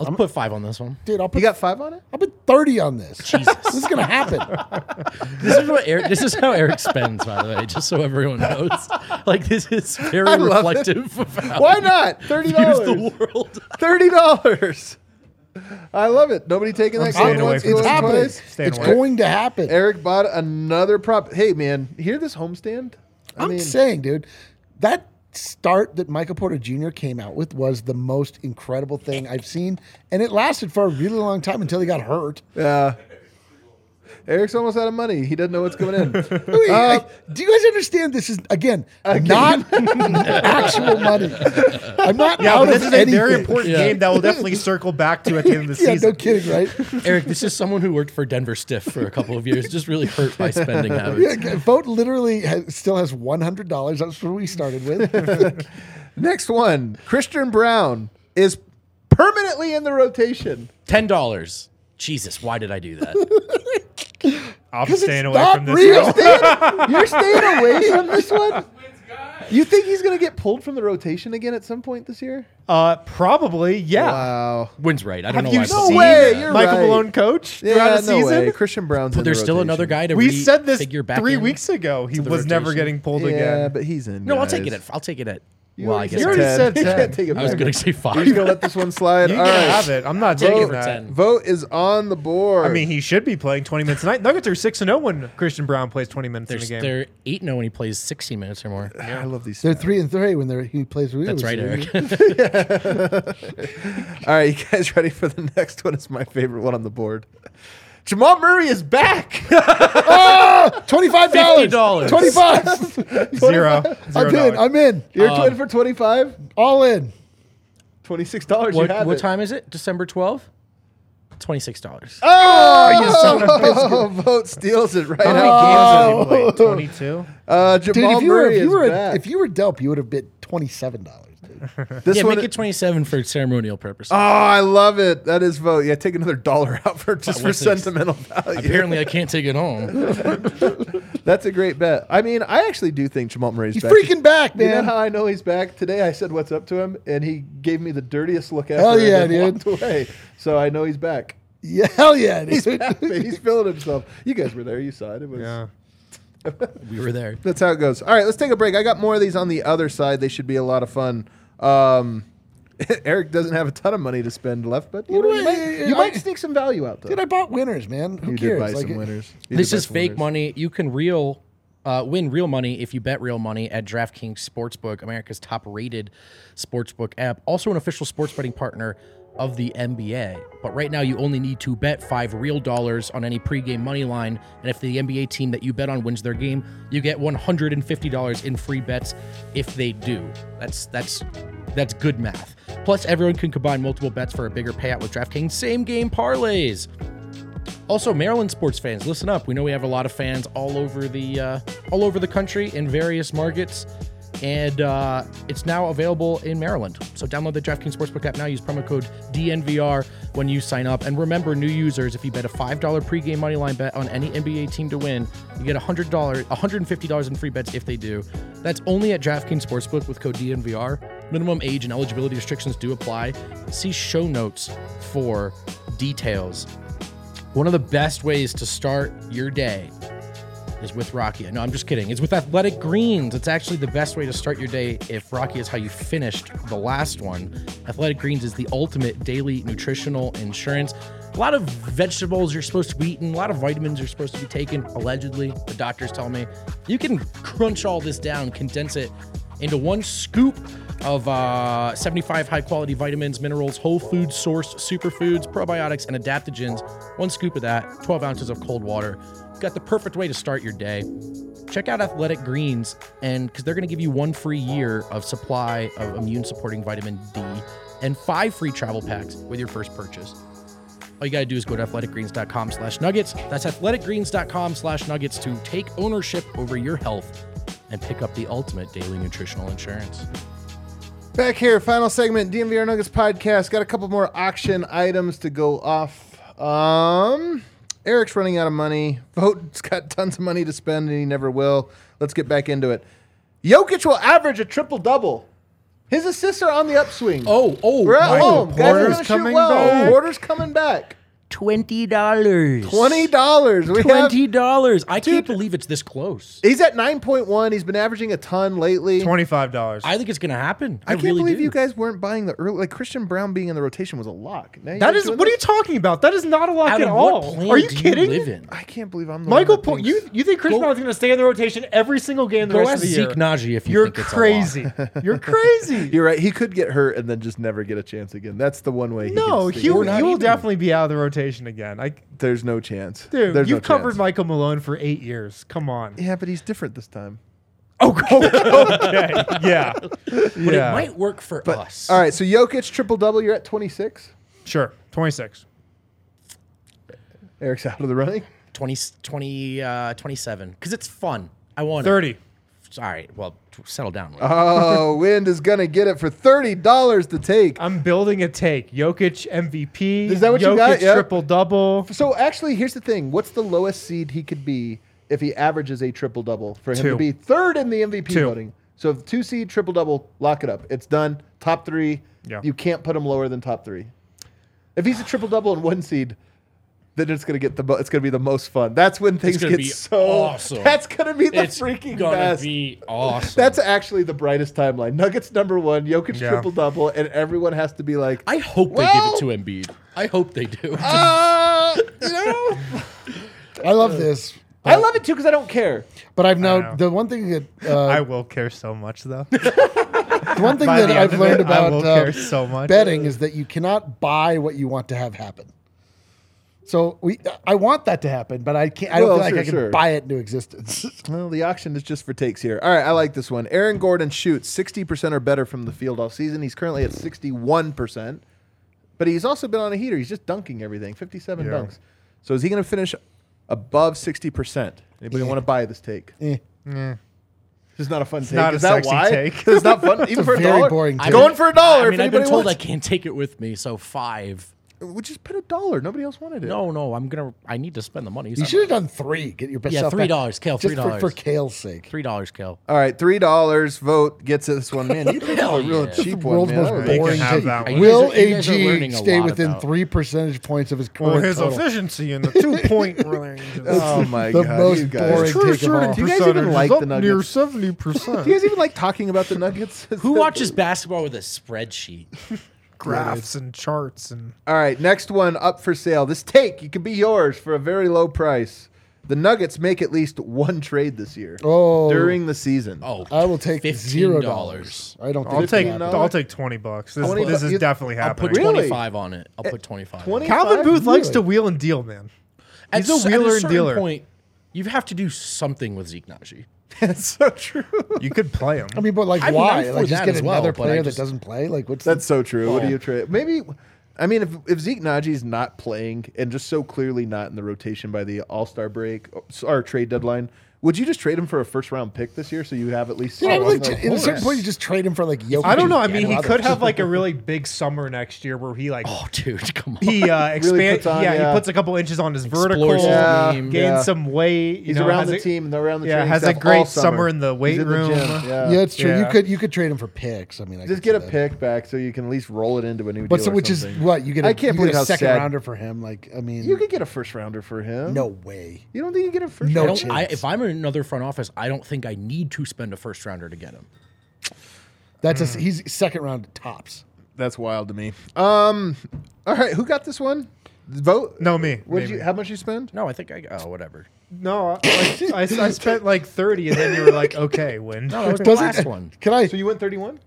E: I'll put five on this one.
C: Dude, I'll put
B: He got five on it.
C: I'll put thirty on this. Jesus, this is gonna happen.
E: This is what Eric. This is how Eric spends, by the way. Just so everyone knows, like this is very
B: I love it.
E: reflective of how
B: Why not?
E: he
B: Thirty
E: views
B: dollars.
E: the world.
B: Thirty dollars. I love it. Nobody taking that.
D: staying
B: comment
D: away
B: once,
D: from
B: going
C: It's happening.
B: twice.
D: Staying
C: It's
D: away.
C: going to happen.
B: Eric bought another prop. Hey man, hear this homestand?
C: I'm saying, dude, that start that Michael Porter Jr. came out with was the most incredible thing I've seen, and it lasted for a really long time until he got hurt.
B: Eric's almost out of money. He doesn't know what's coming in.
C: Wait, I- Uh, do you guys understand? This is again, not actual money. I'm not
D: Yeah,
C: out
D: but this
C: of
D: is a
C: anything.
D: very important
E: Yeah.
D: game that will definitely circle back to at the end of the
C: Yeah,
D: season.
C: no kidding, right?
E: Eric, this is someone who worked for Denver Stiff for a couple of years, just really hurt by spending habits.
C: Yeah, vote literally has, still has one hundred dollars. That's what we started with.
B: Next one. Christian Brown is permanently in the rotation.
E: Ten dollars. Jesus, why did I do that?
D: I'm
C: 'Cause it's
D: staying away
C: not
D: from this.
C: real.
B: You're staying away from this one? You think he's going to get pulled from the rotation again at some point this year?
D: Uh, probably, yeah.
B: Wow.
E: Wins right. I don't
D: Have
E: know
D: you
E: why. I
D: No
E: put
D: seen
E: that.
D: way, you're
B: Michael
D: Michael
B: Malone
D: Malone coach
B: Yeah,
D: throughout
B: no
D: the season?
B: way. Christian Brown's.
E: But
B: in
E: there's
B: the
E: still
B: rotation.
E: another guy to
D: We
E: re-
D: said this
E: figure back
D: three
E: in
D: weeks ago. He
E: to the
D: was never
E: rotation.
D: getting pulled
B: Yeah,
D: again.
B: but he's in.
E: No, I'll
B: guys.
E: take it. At, I'll take it at.
B: You
E: well, I
B: already
E: guess
D: You
B: said
E: I
D: already
E: did.
B: ten.
D: said
B: You can't
D: 10.
B: take it
E: I was
B: back.
E: going to say
B: You're
E: five.
B: just gonna let this one slide.
D: You
B: All
D: can
B: right.
D: have it. I'm not
E: Take it
D: taking
E: for
D: that.
E: 10.
B: Vote is on the board.
D: I mean, he should be playing 20 minutes a night. Nuggets are 6 and 0 when Christian Brown plays 20 minutes
E: There's,
D: in a game.
E: they're eight and zero when he plays sixty minutes or more.
B: I love these.
C: They're
B: stats.
C: three and three when they're, he plays with
E: That's
C: you.
E: right, Eric.
B: All right, you guys ready for the next one? It's my favorite one on the board. Jamal Murray is back.
C: Twenty-five
E: $50.
C: dollars. Twenty-five.
D: Zero. Zero
C: I'm in.
D: dollars.
C: I'm in.
B: You're
E: Um,
B: twin for 25
C: All in.
B: $26. dollars, you
E: what
B: have
E: what
B: it.
E: time is it? December twelfth. Twenty six dollars.
B: Oh, vote steals it right
D: How
B: out.
D: many games have he played? 22?
B: Uh,
C: Dude,
B: Jamal
C: if you were
B: Murray
C: if you were
B: is
C: a,
B: back.
C: if you were Delp, you would have bid twenty-seven dollars. dude.
B: this
E: Yeah,
B: one,
E: make it twenty seven for ceremonial purposes.
B: oh, I love it. That is vote. Yeah, take another dollar out for just for
E: what's this?
B: sentimental value.
E: Apparently, I can't take it home.
B: That's a great bet. I mean, I actually do think Jamal Murray's
C: He's
B: back.
C: freaking back,
B: You know
C: man.
B: how I know he's back? Today I said what's up to him, and he gave me the dirtiest look after
C: Hell
B: I
C: Oh, yeah,
B: had
C: dude.
B: walked away. So I know he's back.
C: yeah, hell yeah. dude.
B: He's happy. he's feeling himself. You guys were there. You saw it. It was.
D: Yeah.
E: we were there.
B: That's how it goes. All right, let's take a break. I got more of these on the other side. They should be a lot of fun. Um, Eric doesn't have a ton of money to spend left, but you, know, you might, you might sneak some value out though.
C: Dude, I bought winners, man. Who
B: you
C: cares?
B: did buy
C: Like,
B: some
C: it-
B: winners. You
E: This
B: did buy
E: is
B: some
E: fake
B: winners.
E: money. You can real uh, win real money if you bet real money at DraftKings Sportsbook, America's top-rated sportsbook app, also an official sports betting partner of the NBA. But right now, you only need to bet five real dollars on any pregame money line, and if the NBA team that you bet on wins their game, you get one hundred and fifty dollars in free bets if they do. That's that's that's good math. Plus, everyone can combine multiple bets for a bigger payout with DraftKings same game parlays. Also, Maryland sports fans, listen up. We know we have a lot of fans all over the uh, all over the country in various markets, and uh, it's now available in Maryland. So download the DraftKings Sportsbook app now. Use promo code DNVR when you sign up, and remember, new users, if you bet a five dollar pregame money line bet on any NBA team to win, you get hundred dollars, one hundred and fifty dollars in free bets if they do. That's only at DraftKings Sportsbook with code DNVR. Minimum age and eligibility restrictions do apply. See show notes for details. One of the best ways to start your day is with Rakia. No, I'm just kidding. It's with Athletic Greens. It's actually the best way to start your day if Rakia is how you finished the last one. Athletic Greens is the ultimate daily nutritional insurance. A lot of vegetables you're supposed to be eating, a lot of vitamins you're supposed to be taking, allegedly, the doctors tell me. You can crunch all this down, condense it into one scoop of uh, 75 high quality vitamins, minerals, whole food source, superfoods, probiotics, and adaptogens. One scoop of that, 12 ounces of cold water. You've got the perfect way to start your day. Check out Athletic Greens, and because they're going to give you one free year of supply of immune supporting vitamin D and five free travel packs with your first purchase. All you got to do is go to athleticgreens.com slash nuggets. That's athleticgreens.com slash nuggets to take ownership over your health and pick up the ultimate daily nutritional insurance.
B: Back here, final segment, DMVR Nuggets podcast. Got a couple more auction items to go off. Um, Eric's running out of money. Vote's got tons of money to spend, and he never will. Let's get back into it. Jokic will average a triple double. His assists are on the upswing.
E: Oh, oh,
B: we're at
E: oh,
B: home. Guys are
D: Porter's
B: gonna shoot
D: coming
B: well.
D: back.
B: Porter's coming back.
E: Twenty dollars.
B: Twenty dollars. We have.
E: Twenty dollars. I can't believe it's this close.
B: He's at nine point one. He's been averaging a ton lately.
D: $25.
E: I think it's gonna happen. I,
B: I can't
E: really
B: believe
E: do.
B: you guys weren't buying the early. Like Christian Brown being in the rotation was a lock. Now you
D: that
B: guys
D: is
B: doing
D: what are
B: this?
D: you talking about? That is not a lock
E: Out
D: at
E: of what
D: all.
E: plan
D: Are you
E: do
D: kidding?
E: live in?
B: I can't believe I'm the
D: Michael,
B: one that
D: Po-
B: thinks-
D: you you think Chris
E: Go-
D: Brown is going to stay in the rotation every single game the
E: Go
D: rest
E: ask
D: of the year?
E: Zeke Najee if you
D: You're
E: think it's a lock.
D: crazy. You're crazy.
B: You're right. He could get hurt and then just never get a chance again. That's the one way. He
D: no,
B: could stay.
D: he, will-
E: We're not
D: he will
E: even-
D: definitely be out of the rotation again. I
B: there's no chance.
D: dude,
B: there's
D: you've
B: no
D: covered
B: chance.
D: Michael Malone for eight years. Come on.
B: Yeah, but he's different this time.
D: Oh, okay. yeah.
E: But
D: yeah.
E: it might work for us.
B: All right, so Jokic triple double. You're at 26.
D: Sure. 26.
B: Eric's out of the running.
E: 20, 20 uh, 27. Because it's fun. I want it.
D: 30.
E: Sorry. Well, t- settle down. Lee.
B: Oh, Wind is gonna get it for thirty dollars to take.
D: I'm building a take. Jokic MVP.
B: Is that what you
D: Jokic
B: got? Yeah.
D: Triple double.
B: So actually, here's the thing. What's the lowest seed he could be if he averages a triple double for him
D: Two.
B: to be third in the MVP
D: Two.
B: voting? So if two seed triple double, lock it up. It's done. Top three.
D: Yeah.
B: You can't put him lower than top three. If he's a triple double and one seed, then it's gonna get the mo- it's gonna be the most fun. That's when things
E: gonna
B: get
E: be
B: so
E: awesome.
B: That's gonna be the
E: it's
B: freaking
E: gonna
B: best.
E: be awesome.
B: That's actually the brightest timeline. Nuggets number one, Jokic
D: Yeah.
B: triple double, and everyone has to be like,
E: I hope
B: Well-
E: they give it to Embiid. I hope they do.
B: uh, you know.
C: I love this,
B: I love it too because I don't care.
C: but I've
D: know.
C: now the one thing that uh,
D: I will care so much though.
C: the one thing
D: By
C: that
D: the end
C: I've
D: of
C: learned
D: it, I
C: about
D: will
C: uh,
D: care so much.
C: betting is that you cannot buy what you want to have happen. So we, I want that to happen, but I can't. I don't
B: Well,
C: feel like
B: sure,
C: I can
B: sure.
C: buy it into existence.
B: Well, the auction is just for takes here. All right, I like this one. Aaron Gordon shoots 60% or better from the field all season. He's currently at 61%, but he's also been on a heater. He's just dunking everything, 57
D: Yeah.
B: dunks. So is he going to finish above 60%? Anybody want to buy this take?
C: Eh.
B: This is not a fun take.
D: not
B: is
D: a
B: that
D: sexy
B: why?
D: take.
B: This is not fun. Even
C: a
B: for a
C: very
B: dollar.
C: boring
B: It's
C: take.
B: Going for a dollar.
E: I mean,
B: if
E: I've been
B: anybody
E: told I
B: wants,
E: can't take it with me, so five.
B: we just put a dollar. Nobody else wanted it.
E: No, no, I'm gonna. I need to spend the money.
C: You should have done three. Get your best.
E: Yeah, $3, Kale,
C: Just for,
E: $3.
C: for Kale's sake.
E: Three dollars, Kel.
B: All right, three dollars. Vote gets this one. Man, you people
E: Hell
B: are real
E: yeah.
B: cheap one.
C: World's
B: Man.
C: most
B: That was
D: can
C: boring.
D: have
C: take.
D: that one.
E: You guys
C: Will
E: are- you guys are
C: AG
E: learning a
C: stay
E: lot
C: within
E: about-
C: three percentage points of his
D: Well,
C: current
D: his
C: total?
D: efficiency in the two point range.
B: Oh my
C: the
B: god,
C: most
B: you guys.
C: boring True take of shooting all.
B: Do you guys even like the Nuggets?
D: seventy
B: Do you
D: percent.
B: guys even like talking about the Nuggets?
E: Who watches basketball with a spreadsheet?
D: Graphs and charts and
B: All right, next one up for sale. This take it could be yours for a very low price. The Nuggets make at least one trade this year
C: Oh.
B: during the season.
E: Oh,
C: I will take zero dollars.
E: $15.
C: I don't. Think
D: I'll
C: it's
D: take
C: gonna happen.
D: I'll take twenty bucks. This,
B: 20
D: this is
B: you-
D: definitely
E: I'll put
D: happening.
B: Really?
E: twenty-five on it. I'll put twenty-five. on it.
B: 20?
D: Calvin Booth likes
C: Really?
D: to wheel and deal, man.
E: At
D: He's a
E: s- at
D: wheeler and
E: certain
D: dealer.
E: Point, you have to do something with Zeke Najee.
B: That's so true.
D: You could play him.
C: I mean, but like,
E: I mean,
C: why?
E: I'm for
C: like, just
E: that
C: get
E: as well,
C: another
E: but I
C: player
E: just-
C: that doesn't play. Like, what's
B: That's so true. What do you trade? Maybe, I mean, if, if Zeke Najee's not playing and just so clearly not in the rotation by the All Star break or trade deadline, would you just trade him for a first round pick this year so you have at least?
C: You know,
B: someone
C: like,
B: to-
C: at a certain point, you just trade him for like Jokic.
D: I don't know. I
C: and
D: mean, he
C: Giannis.
D: could have like a really big summer next year where he like
E: Oh, dude, come on.
D: he uh, expands.
B: puts on,
D: yeah,
B: yeah.
D: he puts a couple inches on his
E: Explores
D: vertical,
E: his
B: Yeah,
E: game.
D: gains
B: yeah.
D: some weight. you
B: He's
D: know,
B: around
D: has
B: the
D: a-
B: team, and around the
D: yeah,
B: training
D: has a
B: staff
D: great
B: all
D: summer in the weight
B: He's in the
D: room.
B: gym,
C: Yeah,
B: Yeah.
C: it's true.
D: Yeah.
C: You could you could trade him for picks. I mean, I
B: Just
C: could
B: get
C: see
B: a
C: that.
B: pick back so you can at least roll it into a new
C: But
B: deal.
C: so,
B: or
C: which is
B: something.
C: what you get. I
B: I can't
C: you get
B: believe
C: a
B: how
C: second
B: sad-
C: rounder for him. Like, I mean,
B: You could get a first rounder for him.
C: no way.
B: you don't think you get a first?
C: No
E: I
B: rounder?
E: don't, I,
C: chance.
E: if I'm in another front office, I don't think I need to spend a first rounder to get him.
C: That's a, he's second round tops.
B: That's wild to me. Um, all right, who got this one? Vote.
D: No, me.
B: What
D: maybe.
B: you? How much you spend?
E: No, I think I oh whatever.
D: No, I, I, I spent like thirty, and then you were like, "Okay, win."
E: No, that was the
C: Doesn't-
E: last one.
C: Can I?
B: So you went thirty-one.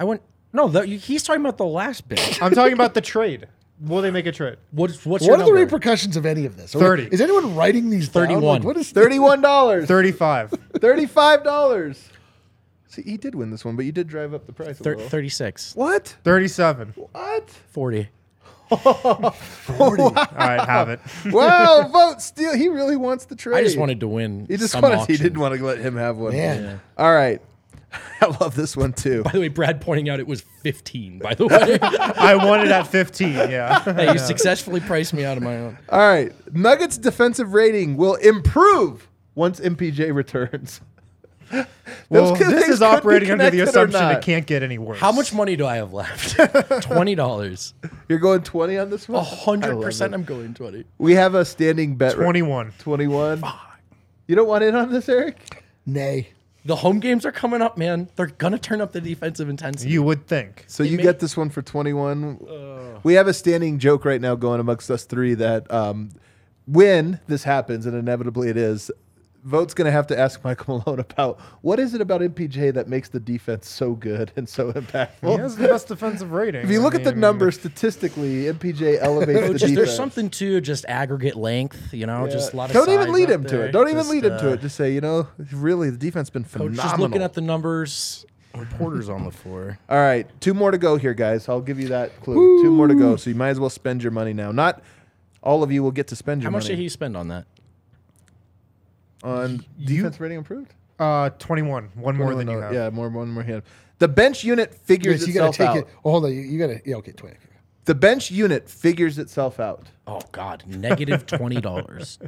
E: I went. No, the, he's talking about the last bit.
D: I'm talking about the trade. Will they make a trade?
E: What's what's your
C: What are the
E: number?
C: repercussions of any of this? Are we-
D: 30.
C: Is anyone writing these down? Like,
E: 31.
C: what is
B: Thirty-one dollars.
D: Thirty-five.
B: Thirty-five dollars. See, he did win this one, but you did drive up the price. a
E: Thir-
B: little.
E: 36,
B: What?
D: Thirty-seven. All
B: What?
E: 40.
D: right, have it.
B: wow! Vote still. He really wants the trade.
E: I just wanted to win.
B: He just
E: some
B: wanted. He
E: auction.
B: didn't want to let him have one.
C: Man. Yeah.
B: All right. I love this one too.
E: By the way, Brad pointing out it was 15. By the way,
D: I won it at fifteen. Yeah.
E: hey, you successfully priced me out of my own.
B: All right. Nuggets defensive rating will improve once MPJ returns. Those
D: Well,
B: things
D: this
B: could
D: is
B: be
D: operating under the
B: connected or
D: assumption
B: not.
D: it can't get any worse.
E: How much money do I have left? Twenty dollars.
B: You're going 20 on this
E: A
B: one?
E: hundred
B: I love
E: percent.
B: it.
E: I'm going twenty.
B: We have a standing bet. right-
D: Twenty-one.
B: 21. You don't want in on this, Eric?
C: Nay.
E: The home games are coming up, man. They're gonna turn up the defensive intensity.
D: You would think.
B: So you get this one for 21. we have a standing joke right now going amongst us three that um, when this happens, and inevitably it is, Vote's going to have to ask Michael Malone about what is it about MPJ that makes the defense so good and so impactful.
D: He has the best defensive rating.
B: If you look at the
D: I mean,
B: numbers statistically, MPJ elevates the
E: Just-
B: defense.
E: there's something to just aggregate length, you know, just a lot of
B: Don't even
E: size
B: lead
E: out
B: him to
E: there.
B: it. Don't even
E: Just,
B: lead him to
E: uh,
B: it. Just say, you know, really, the defense has been phenomenal.
E: Just looking at the numbers, reporters on the floor.
B: All right, two more to go here, guys. I'll give you that clue. Two more to go, so you might as well spend your money now. Not all of you will get to spend your
E: How much
B: money
E: did he spend on that?
B: on defense rating improved.
D: Uh, twenty-one. One more than
B: Oh,
D: you
B: no,
D: have.
B: Yeah, more one more hand. The bench unit figures
C: Yes, you gotta
B: itself
C: take
B: out.
C: it. Oh, hold on. You, you gotta. Yeah, okay, twenty.
B: The bench unit figures itself out.
E: Oh God, negative twenty dollars. Do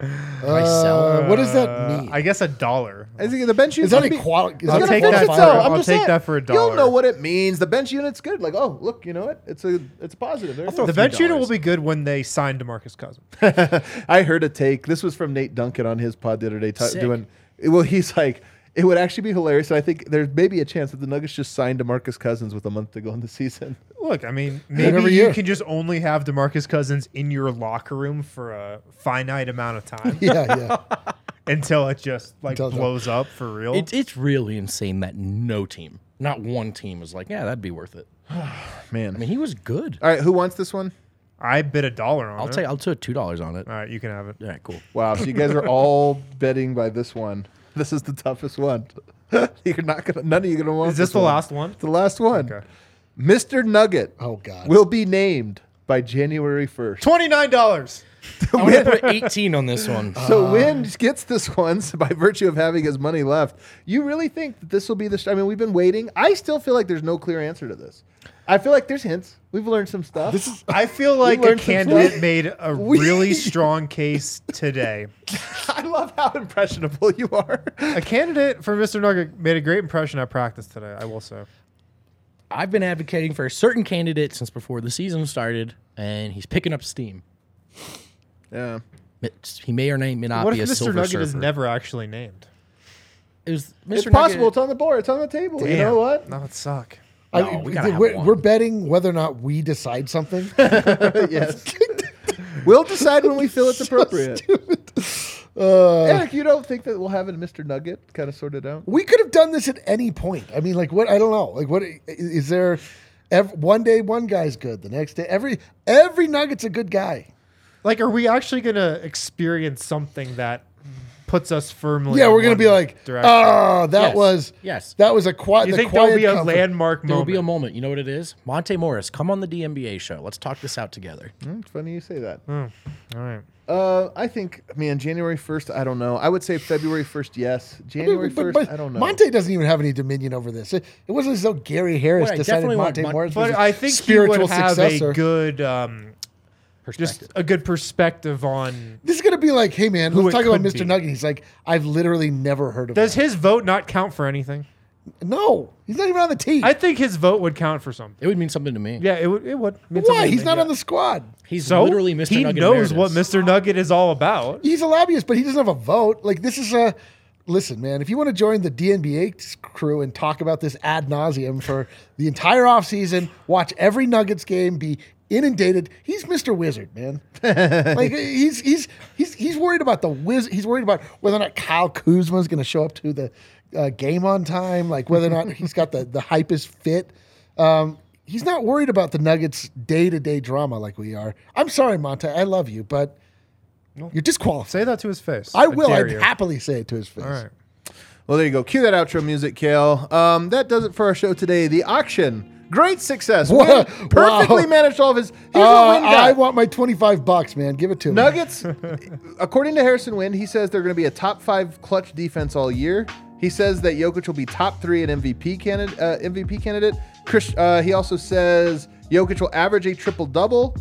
E: I sell?
C: Uh, what does that
D: Uh,
C: mean?
D: I guess a dollar.
B: I think the bench
C: is
B: unit.
C: that equal? Is
D: I'll
C: that
D: take
C: equal-
B: Bench
D: that for-
B: itself, I'm
D: I'll
B: just
D: take
B: saying,
D: that for a
B: You'll
D: dollar.
B: know what it means. The bench unit's good. Like, oh, look, you know what? It's a it's a positive. There it
D: The
B: is.
D: bench unit will be good when they sign Demarcus Cousins.
B: I heard a take. This was from Nate Duncan on his pod the other day. ta-
E: Sick.
B: doing well, he's like, it would actually be hilarious. And I think there's maybe a chance that the Nuggets just signed Demarcus Cousins with a month to go in the season.
D: Look, I mean,
C: every
D: maybe you
C: year.
D: can just only have Demarcus Cousins in your locker room for a finite amount of time
C: Yeah, yeah.
D: until it just like
C: Until-
D: blows up for real.
E: It, it's really insane that no team, not one team, was like, yeah, that'd be worth it.
B: Man.
E: I mean, he was good.
B: All right, who wants this one?
D: I bid a dollar on
E: I'll
D: it.
E: take I'll take two dollars on it.
D: All right, you can have it.
E: All right, cool.
B: Wow, so you guys are all betting by this one. This is the toughest one. You're not gonna. None of you are gonna want.
D: Is this the
B: one.
D: last one?
B: It's the last one. Mr. Nugget.
C: Oh, God.
B: Will be named by January first.
D: Twenty nine dollars.
E: I'm gonna put eighteen on this one.
D: Uh,
B: So Wynn gets this one so by virtue of having his money left. You really think that this will be the? Sh- I mean, we've been waiting. I still feel like there's no clear answer to this. I feel like there's hints. We've learned some stuff. This is
D: I feel like a
B: learned some
D: candidate
B: stuff.
D: made a
B: We-
D: really strong case today.
B: I love how impressionable you are.
D: A candidate for Mr. Nugget made a great impression at practice today. I will say.
E: I've been advocating for a certain candidate since before the season started, and he's picking up steam.
B: Yeah.
E: It's- He may or may not
D: What
E: be
D: if
E: a
D: Mr.
E: silver
D: Nugget is
E: Surfer.
D: never actually named?
E: It was Mr.
B: It's possible. It's
E: Nugget-
B: on the board. It's on the table. You know
D: Damn,
B: what?
D: That would suck.
C: I
E: No,
C: mean,
E: we gotta have
C: we're,
E: one.
C: we're betting whether or not we decide something.
B: yes. we'll decide when we feel it's appropriate. Uh, Eric, you don't think that we'll have a Mr. Nugget kind of sorted out?
C: we could have done this at any point. I mean, like, what? I don't know. Like, what i- is there? Ev- one day, one guy's good. The next day, every every Nugget's a good guy.
D: Like, are we actually gonna experience something that puts us firmly?
C: Yeah,
D: in
C: we're gonna
D: one
C: be like,
D: direction?
C: oh, that
E: Yes.
C: was
E: Yes.
C: that was a quiet.
D: you
C: the
D: think
C: quiet
D: there'll be a
C: comfort.
D: landmark
E: There will
D: moment?
E: be a moment. You know what it is? Monte Morris, come on the DMBA show. Let's talk this out together.
B: Hmm, It's funny you say that.
C: Hmm,
D: All right.
B: Uh, I think, man, January first. I don't know. I would say February first. Yes,
C: I mean,
B: January
C: but-
B: first.
C: but
B: I don't know.
C: Monte doesn't even have any dominion over this. It, it wasn't as though Gary Harris
E: Well, I
C: decided
E: definitely want
C: Monte
E: Mon-
C: Morris was
D: But
C: his
D: I think
C: spiritual
D: he would have
C: successor.
D: a good, um, just
E: Perspective.
D: a good perspective on.
C: this is gonna be like, hey man,
D: Who
C: let's
D: it
C: talk about
D: could
C: Mr.
D: be.
C: Nugget. He's like, I've literally never heard of.
D: Does
C: him.
D: his vote not count for anything?
C: No, he's not even on the team.
D: I think his vote would count for something.
E: It would mean something to me.
D: Yeah, it would. It would. mean
C: Why?
D: something
C: He's
D: to
C: not
D: me,
C: on the squad.
E: He's
D: So
E: literally Mr.
D: He
E: Nugget
D: knows
E: emeritus.
D: what Mr. Nugget is all about.
C: He's a lobbyist, but he doesn't have a vote. Like this is a listen, man. If you want to join the DNBA crew and talk about this ad nauseum for the entire offseason, watch every Nuggets game, be inundated. He's Mr. Wizard, man. like he's he's he's he's worried about the wiz. He's worried about whether or not Kyle Kuzma is going to show up to the uh, game on time. Like whether or not he's got the the hypest fit. Um, he's not worried about the Nuggets day to day drama like we are. I'm sorry, Monta. I love you, but. You're disqualified.
D: Say that to his face.
C: I will.
D: dare
C: I'd
D: you.
C: happily say it to his face.
D: All right.
B: Well, there you go. Cue that outro music, Kale. Um, that does it for our show today. The auction, great success.
C: Wha-
B: Wynn perfectly
C: wow.
B: managed all of his. Here's
C: Uh,
B: what Wynn got.
C: I want my 25 bucks, man. Give it to me.
B: Nuggets, according to Harrison Wynn, he says they're going to be a top five clutch defense all year. He says that Jokic will be top three in MVP candidate. Uh, MVP candidate. Chris, uh, he also says Jokic will average a triple double,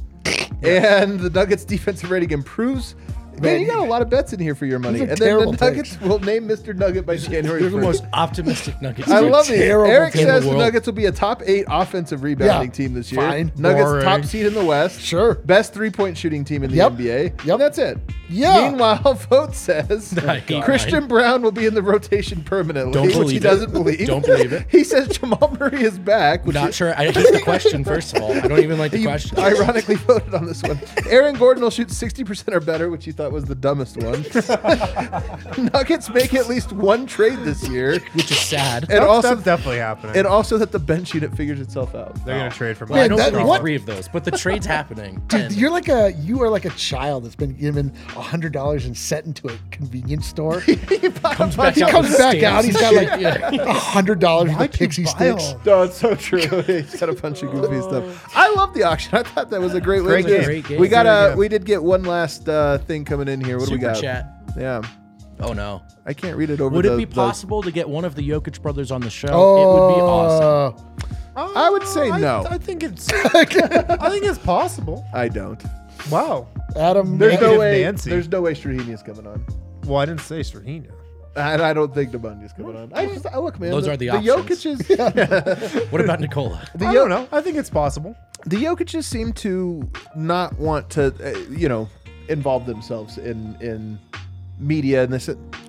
B: and the Nuggets' defensive rating improves. Man, you got a lot of bets in here for your money.
C: These are
B: And then the
C: terrible
B: Nuggets will name Mr. Nugget by January
E: You're the most
B: 1st.
E: optimistic Nuggets.
B: I
E: fan.
B: love it.
C: terrible
B: Eric
C: team in the
B: says the
C: world.
B: Nuggets will be a top eight offensive rebounding
C: Yeah,
B: team this year.
C: fine.
B: Nuggets
D: Boring.
B: top seed in the West.
C: Sure.
B: Best three point shooting team in the
C: Yep.
B: NBA.
C: Yep.
B: That's it.
C: Yeah.
B: Meanwhile, Vote says
E: I got
B: Christian Brown will be in the rotation permanently,
E: Don't
B: which he
E: believe it.
B: doesn't believe.
E: Don't believe it.
B: He says Jamal Murray is back, which
E: Not
B: he-
E: sure. I hate the question. First of all, I don't even like the
B: you
E: question.
B: ironically voted on this one. Aaron Gordon will shoot 60% or better, which you thought was the dumbest one. Nuggets make at least one trade this year.
E: which is sad.
B: And
D: That's,
B: also,
D: that's definitely happening.
B: and also that the bench unit figures itself out.
D: They're gonna trade for.
E: I
D: Mike.
E: don't
C: that-
E: believe
C: what?
E: three of those, but the trade's happening.
C: Dude,
E: And
C: you're like a you are like a child that's been given hundred dollars and sent into a convenience store. he
B: Comes
E: back out
C: comes
E: with
C: back
E: stamps
C: out.
E: and
C: He's got
E: shit,
C: like
E: yeah.
C: hundred dollars in the
D: Why'd you
C: pixie
D: buy
C: sticks.
D: all-
B: No, it's so true. He's got a bunch of goofy stuff. I love the auction. I thought that was a great way to
D: Great
B: do it.
E: game. Great game.
B: We got
D: Really
B: a.
D: good.
B: We did get one last uh, thing coming in here. What do we
E: Super
B: got?
E: chat.
B: Yeah,
E: oh no.
B: I can't read it over.
E: Would
B: the-
E: it be
B: the-
E: possible to get one of the Jokic brothers on the show?
C: Uh,
E: it would be awesome.
C: Oh,
B: I would say
D: I-
B: no.
D: I think it's. I think it's possible.
B: I don't.
D: Wow.
C: Adam,
B: There's no
D: Negative
B: way.
D: Nancy.
B: There's no way Strahini's coming on.
D: Well, I didn't say Strahina.
B: And I don't think Debundy's coming on. I just I look, man.
E: Those
B: the,
E: are the
B: the
E: options.
B: Jokic's.
E: What about Nicola?
B: The,
D: I
B: Yo-
D: don't know. I think it's possible.
B: the Jokic's seem to not want to, uh, you know, involve themselves in in media and this.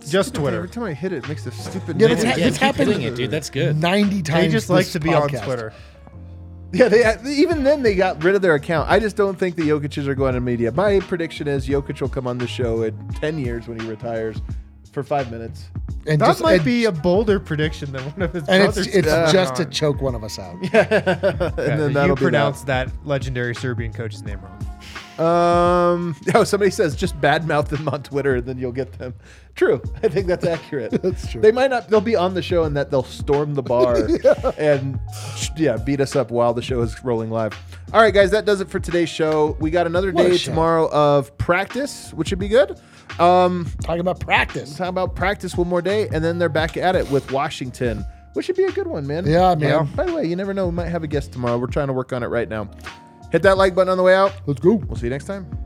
D: Just Twitter.
B: Every time I hit it, it makes a stupid.
C: Yeah,
B: noise.
C: that's-
E: Yeah,
C: It's
E: keep
C: happened-
E: doing it, dude. That's good.
C: 90 times.
D: They just like
C: this
D: to be on
C: podcast.
D: Twitter.
B: Yeah, they uh, even then they got rid of their account. I just don't think the Jokic's are going to media. My prediction is Jokic will come on the show in ten years when he retires for five minutes.
C: And
D: That
C: just-
D: might
C: and-
D: be a bolder prediction than one of his
C: And it's,
D: brothers.
C: it's
D: did.
C: just to choke one of us out.
D: Yeah,
B: and then
D: you
B: that'll be that.
D: pronounced that. legendary Serbian coach's name wrong.
B: Um, oh, somebody says just badmouth them on Twitter and then you'll get them. True, I think that's accurate.
C: That's true.
B: They might not. They'll be on the show and that they'll storm the bar and yeah, beat us up while the show is rolling live. All right, guys, that does it for today's show. We got another
C: What a
B: day
C: show.
B: tomorrow of practice, which should be good. Um,
C: Talking about practice.
B: talk about practice one more day, and then they're back at it with Washington, which should be a good one, man.
C: Yeah, man.
B: Uh, by the way, you never know. We might have a guest tomorrow. We're trying to work on it right now. Hit that like button on the way out.
C: Let's go.
B: We'll see you next time.